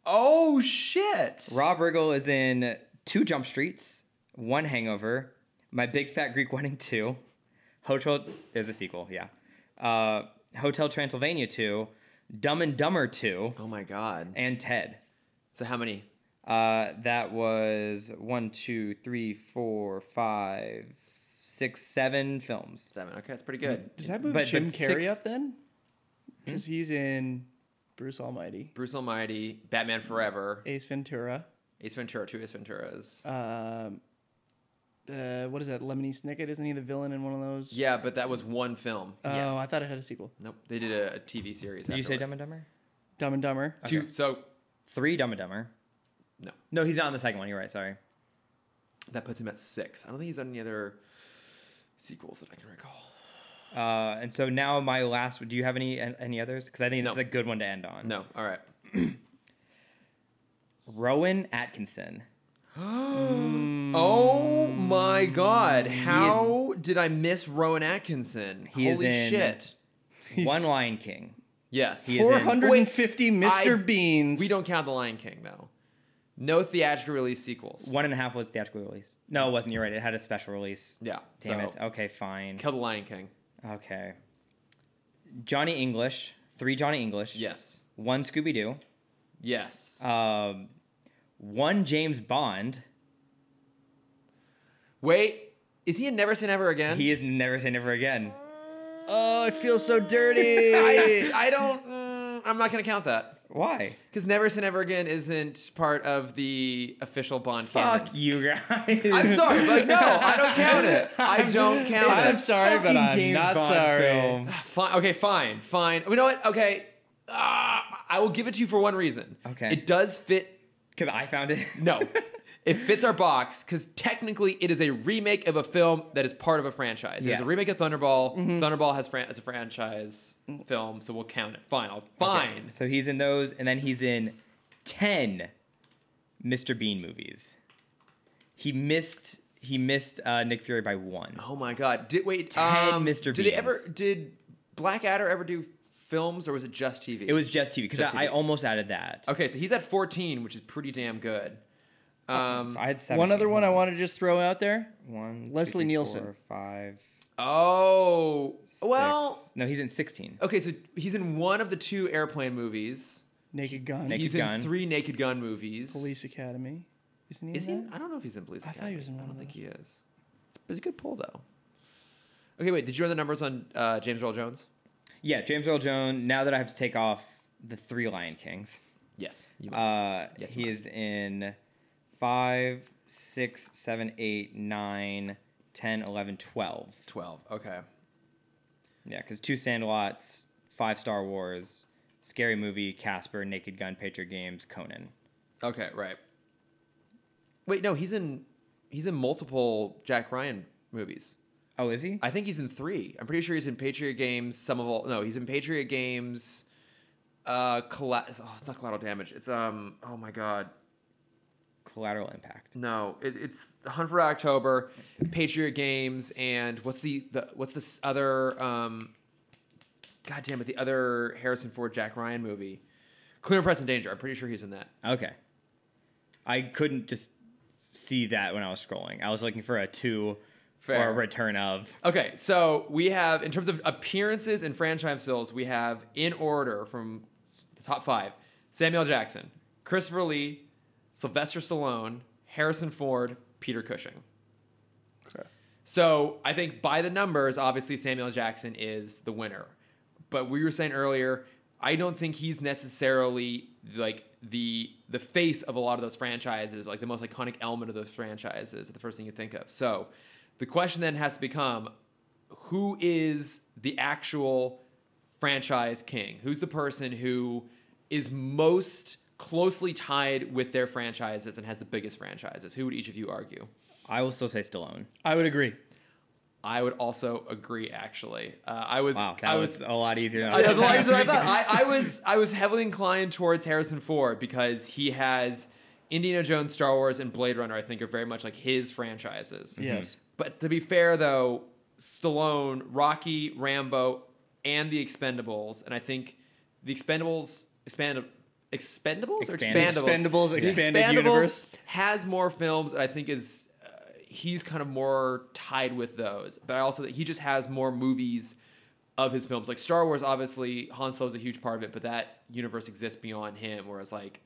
A: Oh shit.
B: Rob Riggle is in two Jump Streets, one Hangover, My Big Fat Greek Wedding two, Hotel. There's a sequel, yeah. Uh, Hotel Transylvania two, Dumb and Dumber two,
A: Oh my god.
B: and Ted.
A: So how many?
B: Uh, that was one, two, three, four, five, six, seven films.
A: Seven. Okay, that's pretty
B: Mm-hmm.
A: good.
C: Does that move
B: But- but
C: Jim Carrey
B: six- Hmm?
C: up then? Because he's in Bruce Almighty,
A: Bruce Almighty, Batman Forever,
C: Ace Ventura.
A: Ace Ventura, two Ace Venturas.
C: Um, uh, what is that? Lemony Snicket? Isn't he the villain in one of those?
A: Yeah, but that was one film.
C: Oh, I thought it had a sequel.
A: Nope, they did a, a TV series.
B: Uh, Did you say
A: afterwards.
B: Dumb and Dumber?
C: Dumb and Dumber.
A: Two. So
B: Three Dumb and Dumber.
A: no,
B: No, he's not in the second one. You're right. Sorry.
A: that puts him at six. I don't think he's done any other sequels that I can recall.
B: Uh, and so now my last. Do you have any any others? Because I think
A: No.
B: this is a good one to end on.
A: No. All right.
B: Rowan Atkinson.
A: Oh
B: Mm.
A: my God! How did I miss Rowan Atkinson?
B: He is
A: Holy
B: in-
A: shit!
B: One Lion King.
A: Yes.
B: He is in-
C: Four hundred and fifty Mr.
A: I-
C: Beans.
A: We don't count The Lion King though. No theatrical release sequels.
B: One and a half was theatrical release. No, it wasn't. You're right. It had a special release.
A: Yeah. so,
B: Damn it. Um, Okay, fine.
A: Kill the Lion King.
B: Okay. Johnny English. Three Johnny English.
A: Yes.
B: One Scooby Doo.
A: Yes.
B: Um, one James Bond.
A: Wait, is he in Never Say Never Again?
B: He is never say never again.
C: Oh, I feel so dirty.
A: I, I don't. mm, I'm not gonna count that
B: Why?
A: because Never Say Never Again isn't part of the official Bond canon.
B: Fuck you guys.
A: I'm sorry, but no, I don't count it. I don't count
C: I'm
A: it.
C: sorry, but
B: Fucking
C: I'm not sorry.
A: Fine. Okay, fine, fine. You know what? Okay, Ah, I will give it to you for one reason.
B: Okay.
A: it does fit.
B: Because I found it.
A: No. It fits our box because technically it is a remake of a film that is part of a franchise. It's
B: Yes. Mm-hmm.
A: a remake of Thunderball. Thunderball has fran- is a franchise
B: Mm.
A: film, so we'll count it. Fine, I'll fine.
B: So he's in those, and then he's in 10 Mr. Bean movies. He missed he missed uh, Nick Fury by one.
A: Oh my God! Did wait?
B: Ted
A: um,
B: Mr.
A: Did they ever?
B: Beans.
A: Did Blackadder ever do films, or was it just TV?
B: It was just TV because
A: Just
B: I, I
A: TV.
B: almost added that.
A: Okay, so he's at 14, which is pretty damn good.
B: Uh-huh.
A: Um,
B: I had 17.
C: One other one I want to just throw out there.
B: One, two,
C: Leslie
B: three,
C: Nielsen.
B: four, five,
A: oh, well,
B: six. no, he's in 16.
A: okay, so he's in one of the two airplane movies.
C: Naked Gun.
B: Naked
A: he's
B: Gun.
A: in three Naked Gun movies.
C: Police Academy. Isn't he?
A: Is he?
C: in
A: in-
C: that?
A: I don't know if he's in Police
C: I
A: Academy.
C: thought he was in
A: I
C: one
A: don't
C: of
A: think he is. It's, it's a good pull though. Okay, wait. Did you run the numbers on uh, James Earl Jones?
B: Yeah, James Earl Jones. Now that I have to take off the three Lion Kings,
A: Yes, you must.
B: uh,
A: Yes, you
B: he
A: must.
B: is in five, six, seven, eight, nine, ten, eleven, twelve, 10, 11, 12.
A: 12. Okay.
B: Yeah, because two Sandlots, five Star Wars, Scary Movie, Casper, Naked Gun, Patriot Games, Conan.
A: Okay, right. Wait, no, he's in he's in multiple Jack Ryan movies.
B: Oh, is he?
A: I think he's in three. I'm pretty sure he's in Patriot Games. Some of all no, he's in Patriot Games. Uh, colla- oh, it's not collateral damage. It's um. Oh my god,
B: Collateral Impact.
A: no. It, it's the Hunt for October, Patriot Games, and what's the the what's this other um. God damn it, the other Harrison Ford Jack Ryan movie, Clear and Present Danger. I'm pretty sure he's in that.
B: Okay. I couldn't just see that when I was scrolling. I was looking for a two or
A: Fair.
B: a return of.
A: Okay, so we have in terms of appearances and franchise fills, we have in order from s- the top five: Samuel Jackson, Christopher Lee, Sylvester Stallone, Harrison Ford, Peter Cushing.
D: Okay.
A: So I think by the numbers, obviously Samuel Jackson is the winner. But we were saying earlier, I don't think he's necessarily like the the face of a lot of those franchises, like the most iconic element of those franchises, the first thing you think of. So the question then has to become who is the actual franchise king? Who's the person who is most closely tied with their franchises and has the biggest franchises? Who would each of you argue?
B: I will still say Stallone.
C: I would agree.
A: I would also agree. Actually, uh, I was.
B: Wow, that
A: I
B: was,
A: was.
B: a lot easier. Than I
A: uh, that was a lot
B: thought.
A: easier than I thought. I, I was. I was heavily inclined towards Harrison Ford because he has Indiana Jones, Star Wars, and Blade Runner. I think are very much like his franchises.
C: Yes.
A: But to be fair, though, Stallone, Rocky, Rambo, and The Expendables, and I think The Expendables expand. Expendables or
B: Expand-
A: expandables?
C: Expendables,
A: The
C: expanded
A: Expendables
C: universe.
A: has more films, and I think is uh, he's kind of more tied with those. But I also think he just has more movies of his films. Like Star Wars, obviously Han Solo's a huge part of it, but that universe exists beyond him. Whereas like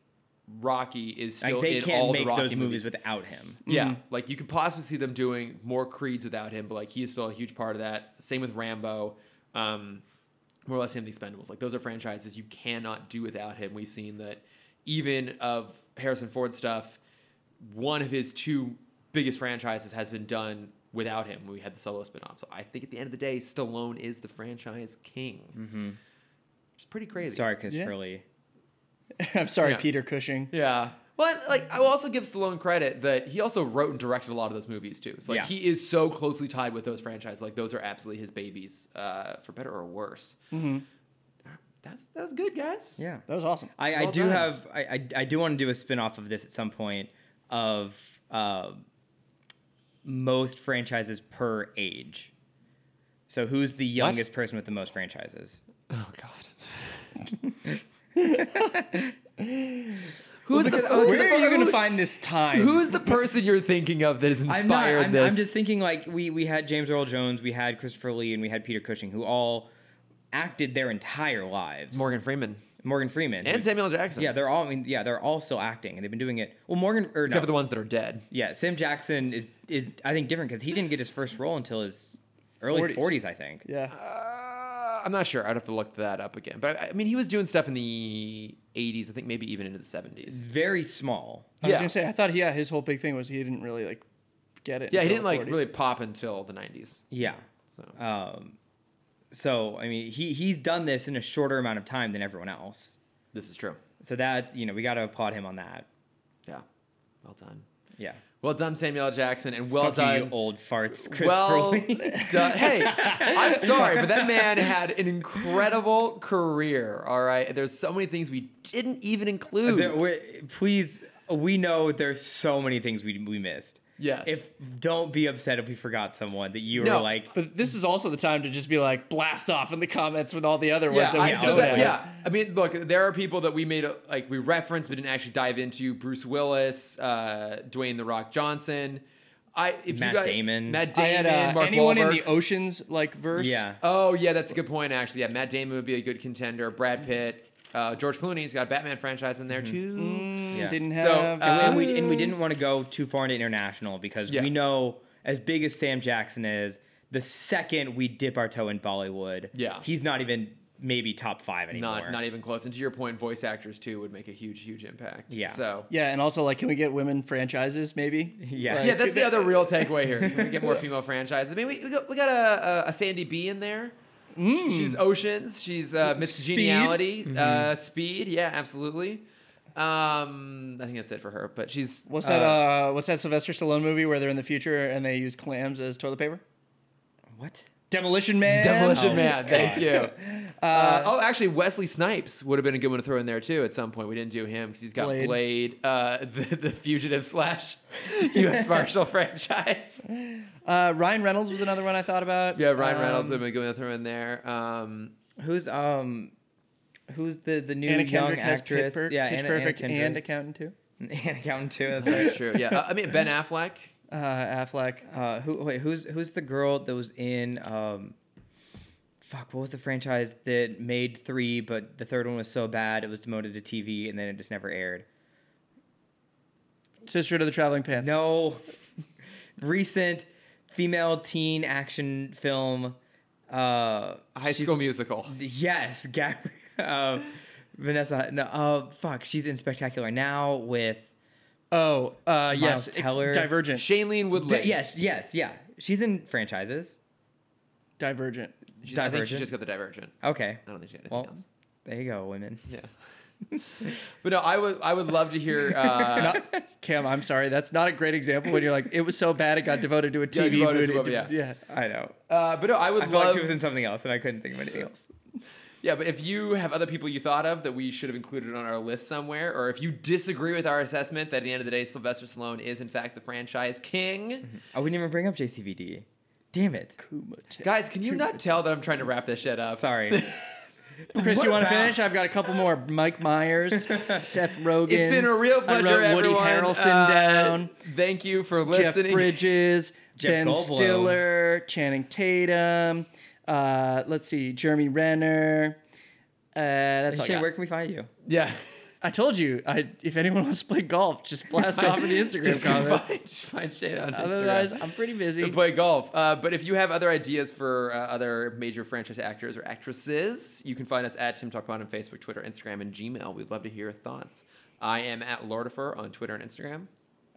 A: Rocky is still
B: Like, they
A: in
B: can't
A: all
B: make
A: the Rocky
B: those
A: movies.
B: movies without him.
A: Yeah, like you could possibly see them doing more creeds without him, but like he is still a huge part of that. Same with Rambo, um, more or less him, the Expendables. Like those are franchises you cannot do without him. We've seen that even of Harrison Ford stuff, one of his two biggest franchises has been done without him. We had the solo spinoff. So I think at the end of the day, Stallone is the franchise king, mm-hmm. which is pretty crazy.
B: Sorry, Chris
C: Yeah.
B: Furley.
C: I'm sorry,
A: Hmm. Yeah.
C: Peter Cushing.
A: Yeah. Well, like I will also give Stallone credit that he also wrote and directed a lot of those movies too. So like
B: Yeah.
A: he is so closely tied with those franchises. Like those are absolutely his babies, uh, for better or worse. That's that was good, guys.
B: Mm-hmm. Yeah.
C: That was awesome.
B: I, I
A: Well
B: do
A: done.
B: have I, I, I do want to do a spin-off of this at some point of uh, most franchises per age. So who's the youngest person with the most franchises?
A: Oh God. who's the,
B: because- oh,
A: who's, the,
C: Where are you going
A: who-
C: to find this time?
A: who's the person you're thinking of that has
B: I'm not.
A: inspired
B: I'm,
A: this?
B: I'm just thinking like we we had James Earl Jones, we had Christopher Lee, and we had Peter Cushing, who all acted their entire lives.
A: Morgan Freeman
B: Morgan Freeman
A: and
B: who's-
A: Samuel Jackson.
B: Yeah, they're all. I mean, yeah, they're all still acting, and they've been doing it. Well, Morgan or
A: except
B: no,
A: for the ones that are dead.
B: Yeah, Sam Jackson is is I think different because he didn't get his first role until his early
C: 40s.
B: forties, I think.
C: yeah.
A: Uh, I'm not sure. I'd have to look that up again. But I I mean, he was doing stuff in the 80s. I think maybe even into the 70s.
B: Very small.
C: I
A: Yeah.
C: was gonna say I thought yeah his whole big thing was he didn't really like get it.
A: Yeah, he
C: until
A: didn't
C: the
A: like
C: 40s.
A: really pop until the '90s.
B: Yeah.
A: So
B: Um, so I mean, he he's done this in a shorter amount of time than everyone else.
A: this is true.
B: So that you know we got to applaud him on that.
A: Yeah, well done.
B: Yeah.
A: Well done, Samuel L. Jackson, and well
B: Fuck you, you
A: done.
B: old farts, Chris
A: well
B: Farley.
A: done. Hey, I'm sorry, but that man had an incredible career. All right, there's so many things we didn't even include.
B: There- we- please, we know there's so many things we we missed.
A: yes.
B: If don't be upset if we forgot someone that you were
A: No,
B: like.
C: But this is also the time to just be like blast off in the comments with all the other ones
A: yeah,
C: that we
A: I, so
C: don't
A: that-
C: have.
A: yeah. I mean, look, there are people that we made uh, like we referenced but didn't actually dive into. Bruce Willis, uh, Dwayne the Rock Johnson. I if
B: Matt
A: you got,
B: Damon.
A: Matt
C: I
A: Damon,
C: had, uh,
A: Mark
C: anyone
A: Wahlberg.
C: in the oceans like verse.
B: Yeah.
A: Oh yeah, that's a good point actually. Yeah, Matt Damon would be a good contender. Brad Pitt, uh, George Clooney's got a Batman franchise in there
C: Mm-hmm.
A: too.
B: Yeah.
C: Didn't have.
A: So, uh,
B: and we and we didn't want to go too far into international because
A: Yeah.
B: we know as big as Sam Jackson is, the second we dip our toe in Bollywood,
A: Yeah.
B: he's not even maybe top five anymore.
A: Not not even close. And to your point, voice actors too would make a huge, huge impact.
B: Yeah.
A: So
C: Yeah, and also like, can we get women franchises maybe?
B: Yeah.
C: Like,
A: yeah, that's the
C: if-
A: other real takeaway here. Can we get more female franchises? I mean, we, we got, we got a, a, a Sandy B in there. She's Oceans. She's uh, Miss
C: Speed.
A: Congeniality. Uh, speed. Yeah, absolutely. Um, I think that's it for her. But she's
C: What's that? Uh, what's that Sylvester Stallone movie where they're in the future and they use clams as toilet paper?
B: What?
C: Demolition Man.
A: Demolition
B: Oh,
A: Man.
B: God.
A: Thank you. Uh, oh, actually, Wesley Snipes would have been a good one to throw in there too. At some point, we didn't do him because he's got Blade,
C: Blade.
A: uh, the, the fugitive slash U.S. Marshal franchise.
C: Uh, Ryan Reynolds was another one I thought about.
A: Yeah, Ryan Reynolds would
C: Um,
A: have been a good one to throw in there. Um,
B: Who's um, who's the the new
C: Anna
B: young
C: Kendrick has
B: actress?
C: Pitch, Per-
B: yeah,
C: Pitch
B: Anna,
C: Perfect
B: Anna
C: and
B: Kendrick.
C: Accountant too.
B: Anna Accountant too. That's right.
A: that's true. Yeah, uh, I mean Ben Affleck.
C: Uh, Affleck.
B: Uh, who wait, who's who's the girl that was in um fuck, what was the franchise that made 3 but the third one was so bad it was demoted to TV and then it just never aired.
C: Sister to the Traveling Pants.
B: No. Recent female teen action film uh
A: High
B: she's-
A: School Musical.
B: Yes, Gabri uh, Vanessa no uh fuck, she's in Spectacular Now with
C: Oh, uh, yes. It's
B: Teller.
C: Divergent.
A: Shailene Woodley.
B: Yes, yes, yeah. She's in franchises.
C: Divergent.
A: She's- I think she
B: Divergent.
A: just got the Divergent.
B: Okay.
A: I don't think she had anything
B: Well,
A: else.
B: there you go, women.
A: Yeah. but no, I would I would love to hear uh,
C: Cam, I'm sorry. That's not a great example when you're like, it was so bad it got devoted to a TV
A: devoted
C: movie.
A: to a- yeah.
B: I know.
A: uh, but no, I would
B: I felt
A: love
B: like she was in something else, and I couldn't think of anything else.
A: Yeah, but if you have other people you thought of that we should have included on our list somewhere, or if you disagree with our assessment that at the end of the day Sylvester Stallone is in fact the franchise king,
B: I wouldn't Oh, even bring up JCVD. Damn it.
C: Kumite.
A: guys, can you not tell that I'm trying to wrap this shit up?
B: Sorry.
C: Chris,
B: What
C: you want to
B: about-
C: finish? I've got a couple more. Mike Myers, Seth Rogen.
A: It's been a real pleasure,
C: I wrote Woody
A: everyone.
C: Harrelson
A: Uh,
C: down.
A: Thank you for
C: Jeff
A: listening.
C: Bridges,
B: Jeff
C: Ben
B: Goldblum.
C: Stiller, Channing Tatum. Uh, let's see, Jeremy Renner. Uh, that's all I,
B: Shane,
C: got.
B: where can we find you?
A: Yeah.
C: I told you, I, if anyone wants to play golf, just blast off in the Instagram
A: Just go
C: comments.
A: Find, just find shade on Instagram.
C: Otherwise, I'm pretty busy.
A: play golf. Uh, but if you have other ideas for uh, other major franchise actors or actresses, you can find us at Tim Talk Pod on Facebook, Twitter, Instagram, and Gmail. We'd love to hear your thoughts. I am at Lordifer on Twitter and Instagram.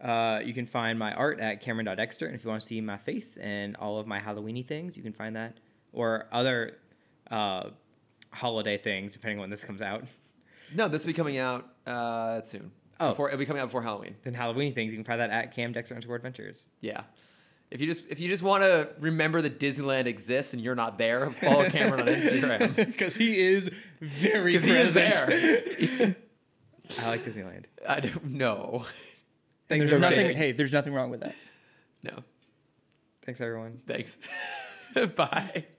B: Uh, you can find my art at Cameron.Dexter, and if you want to see my face and all of my Halloweeny things, you can find that or other uh, holiday things, depending on when this comes out.
A: No, this will be coming out uh, soon.
B: Oh.
A: Before, it'll be coming out before Halloween.
B: Then Halloweeny things, you can find that at Cam Dexter underscore adventures.
A: Yeah. If you just if you just want to remember that Disneyland exists and you're not there, follow Cameron on Instagram
C: Because he is very
A: because he is
C: present.
A: there.
B: I like Disneyland.
A: I don't know.
B: Thanks,
C: There's
B: everybody.
C: nothing, hey, there's nothing wrong with that.
A: No.
B: Thanks, everyone.
A: Thanks. Bye.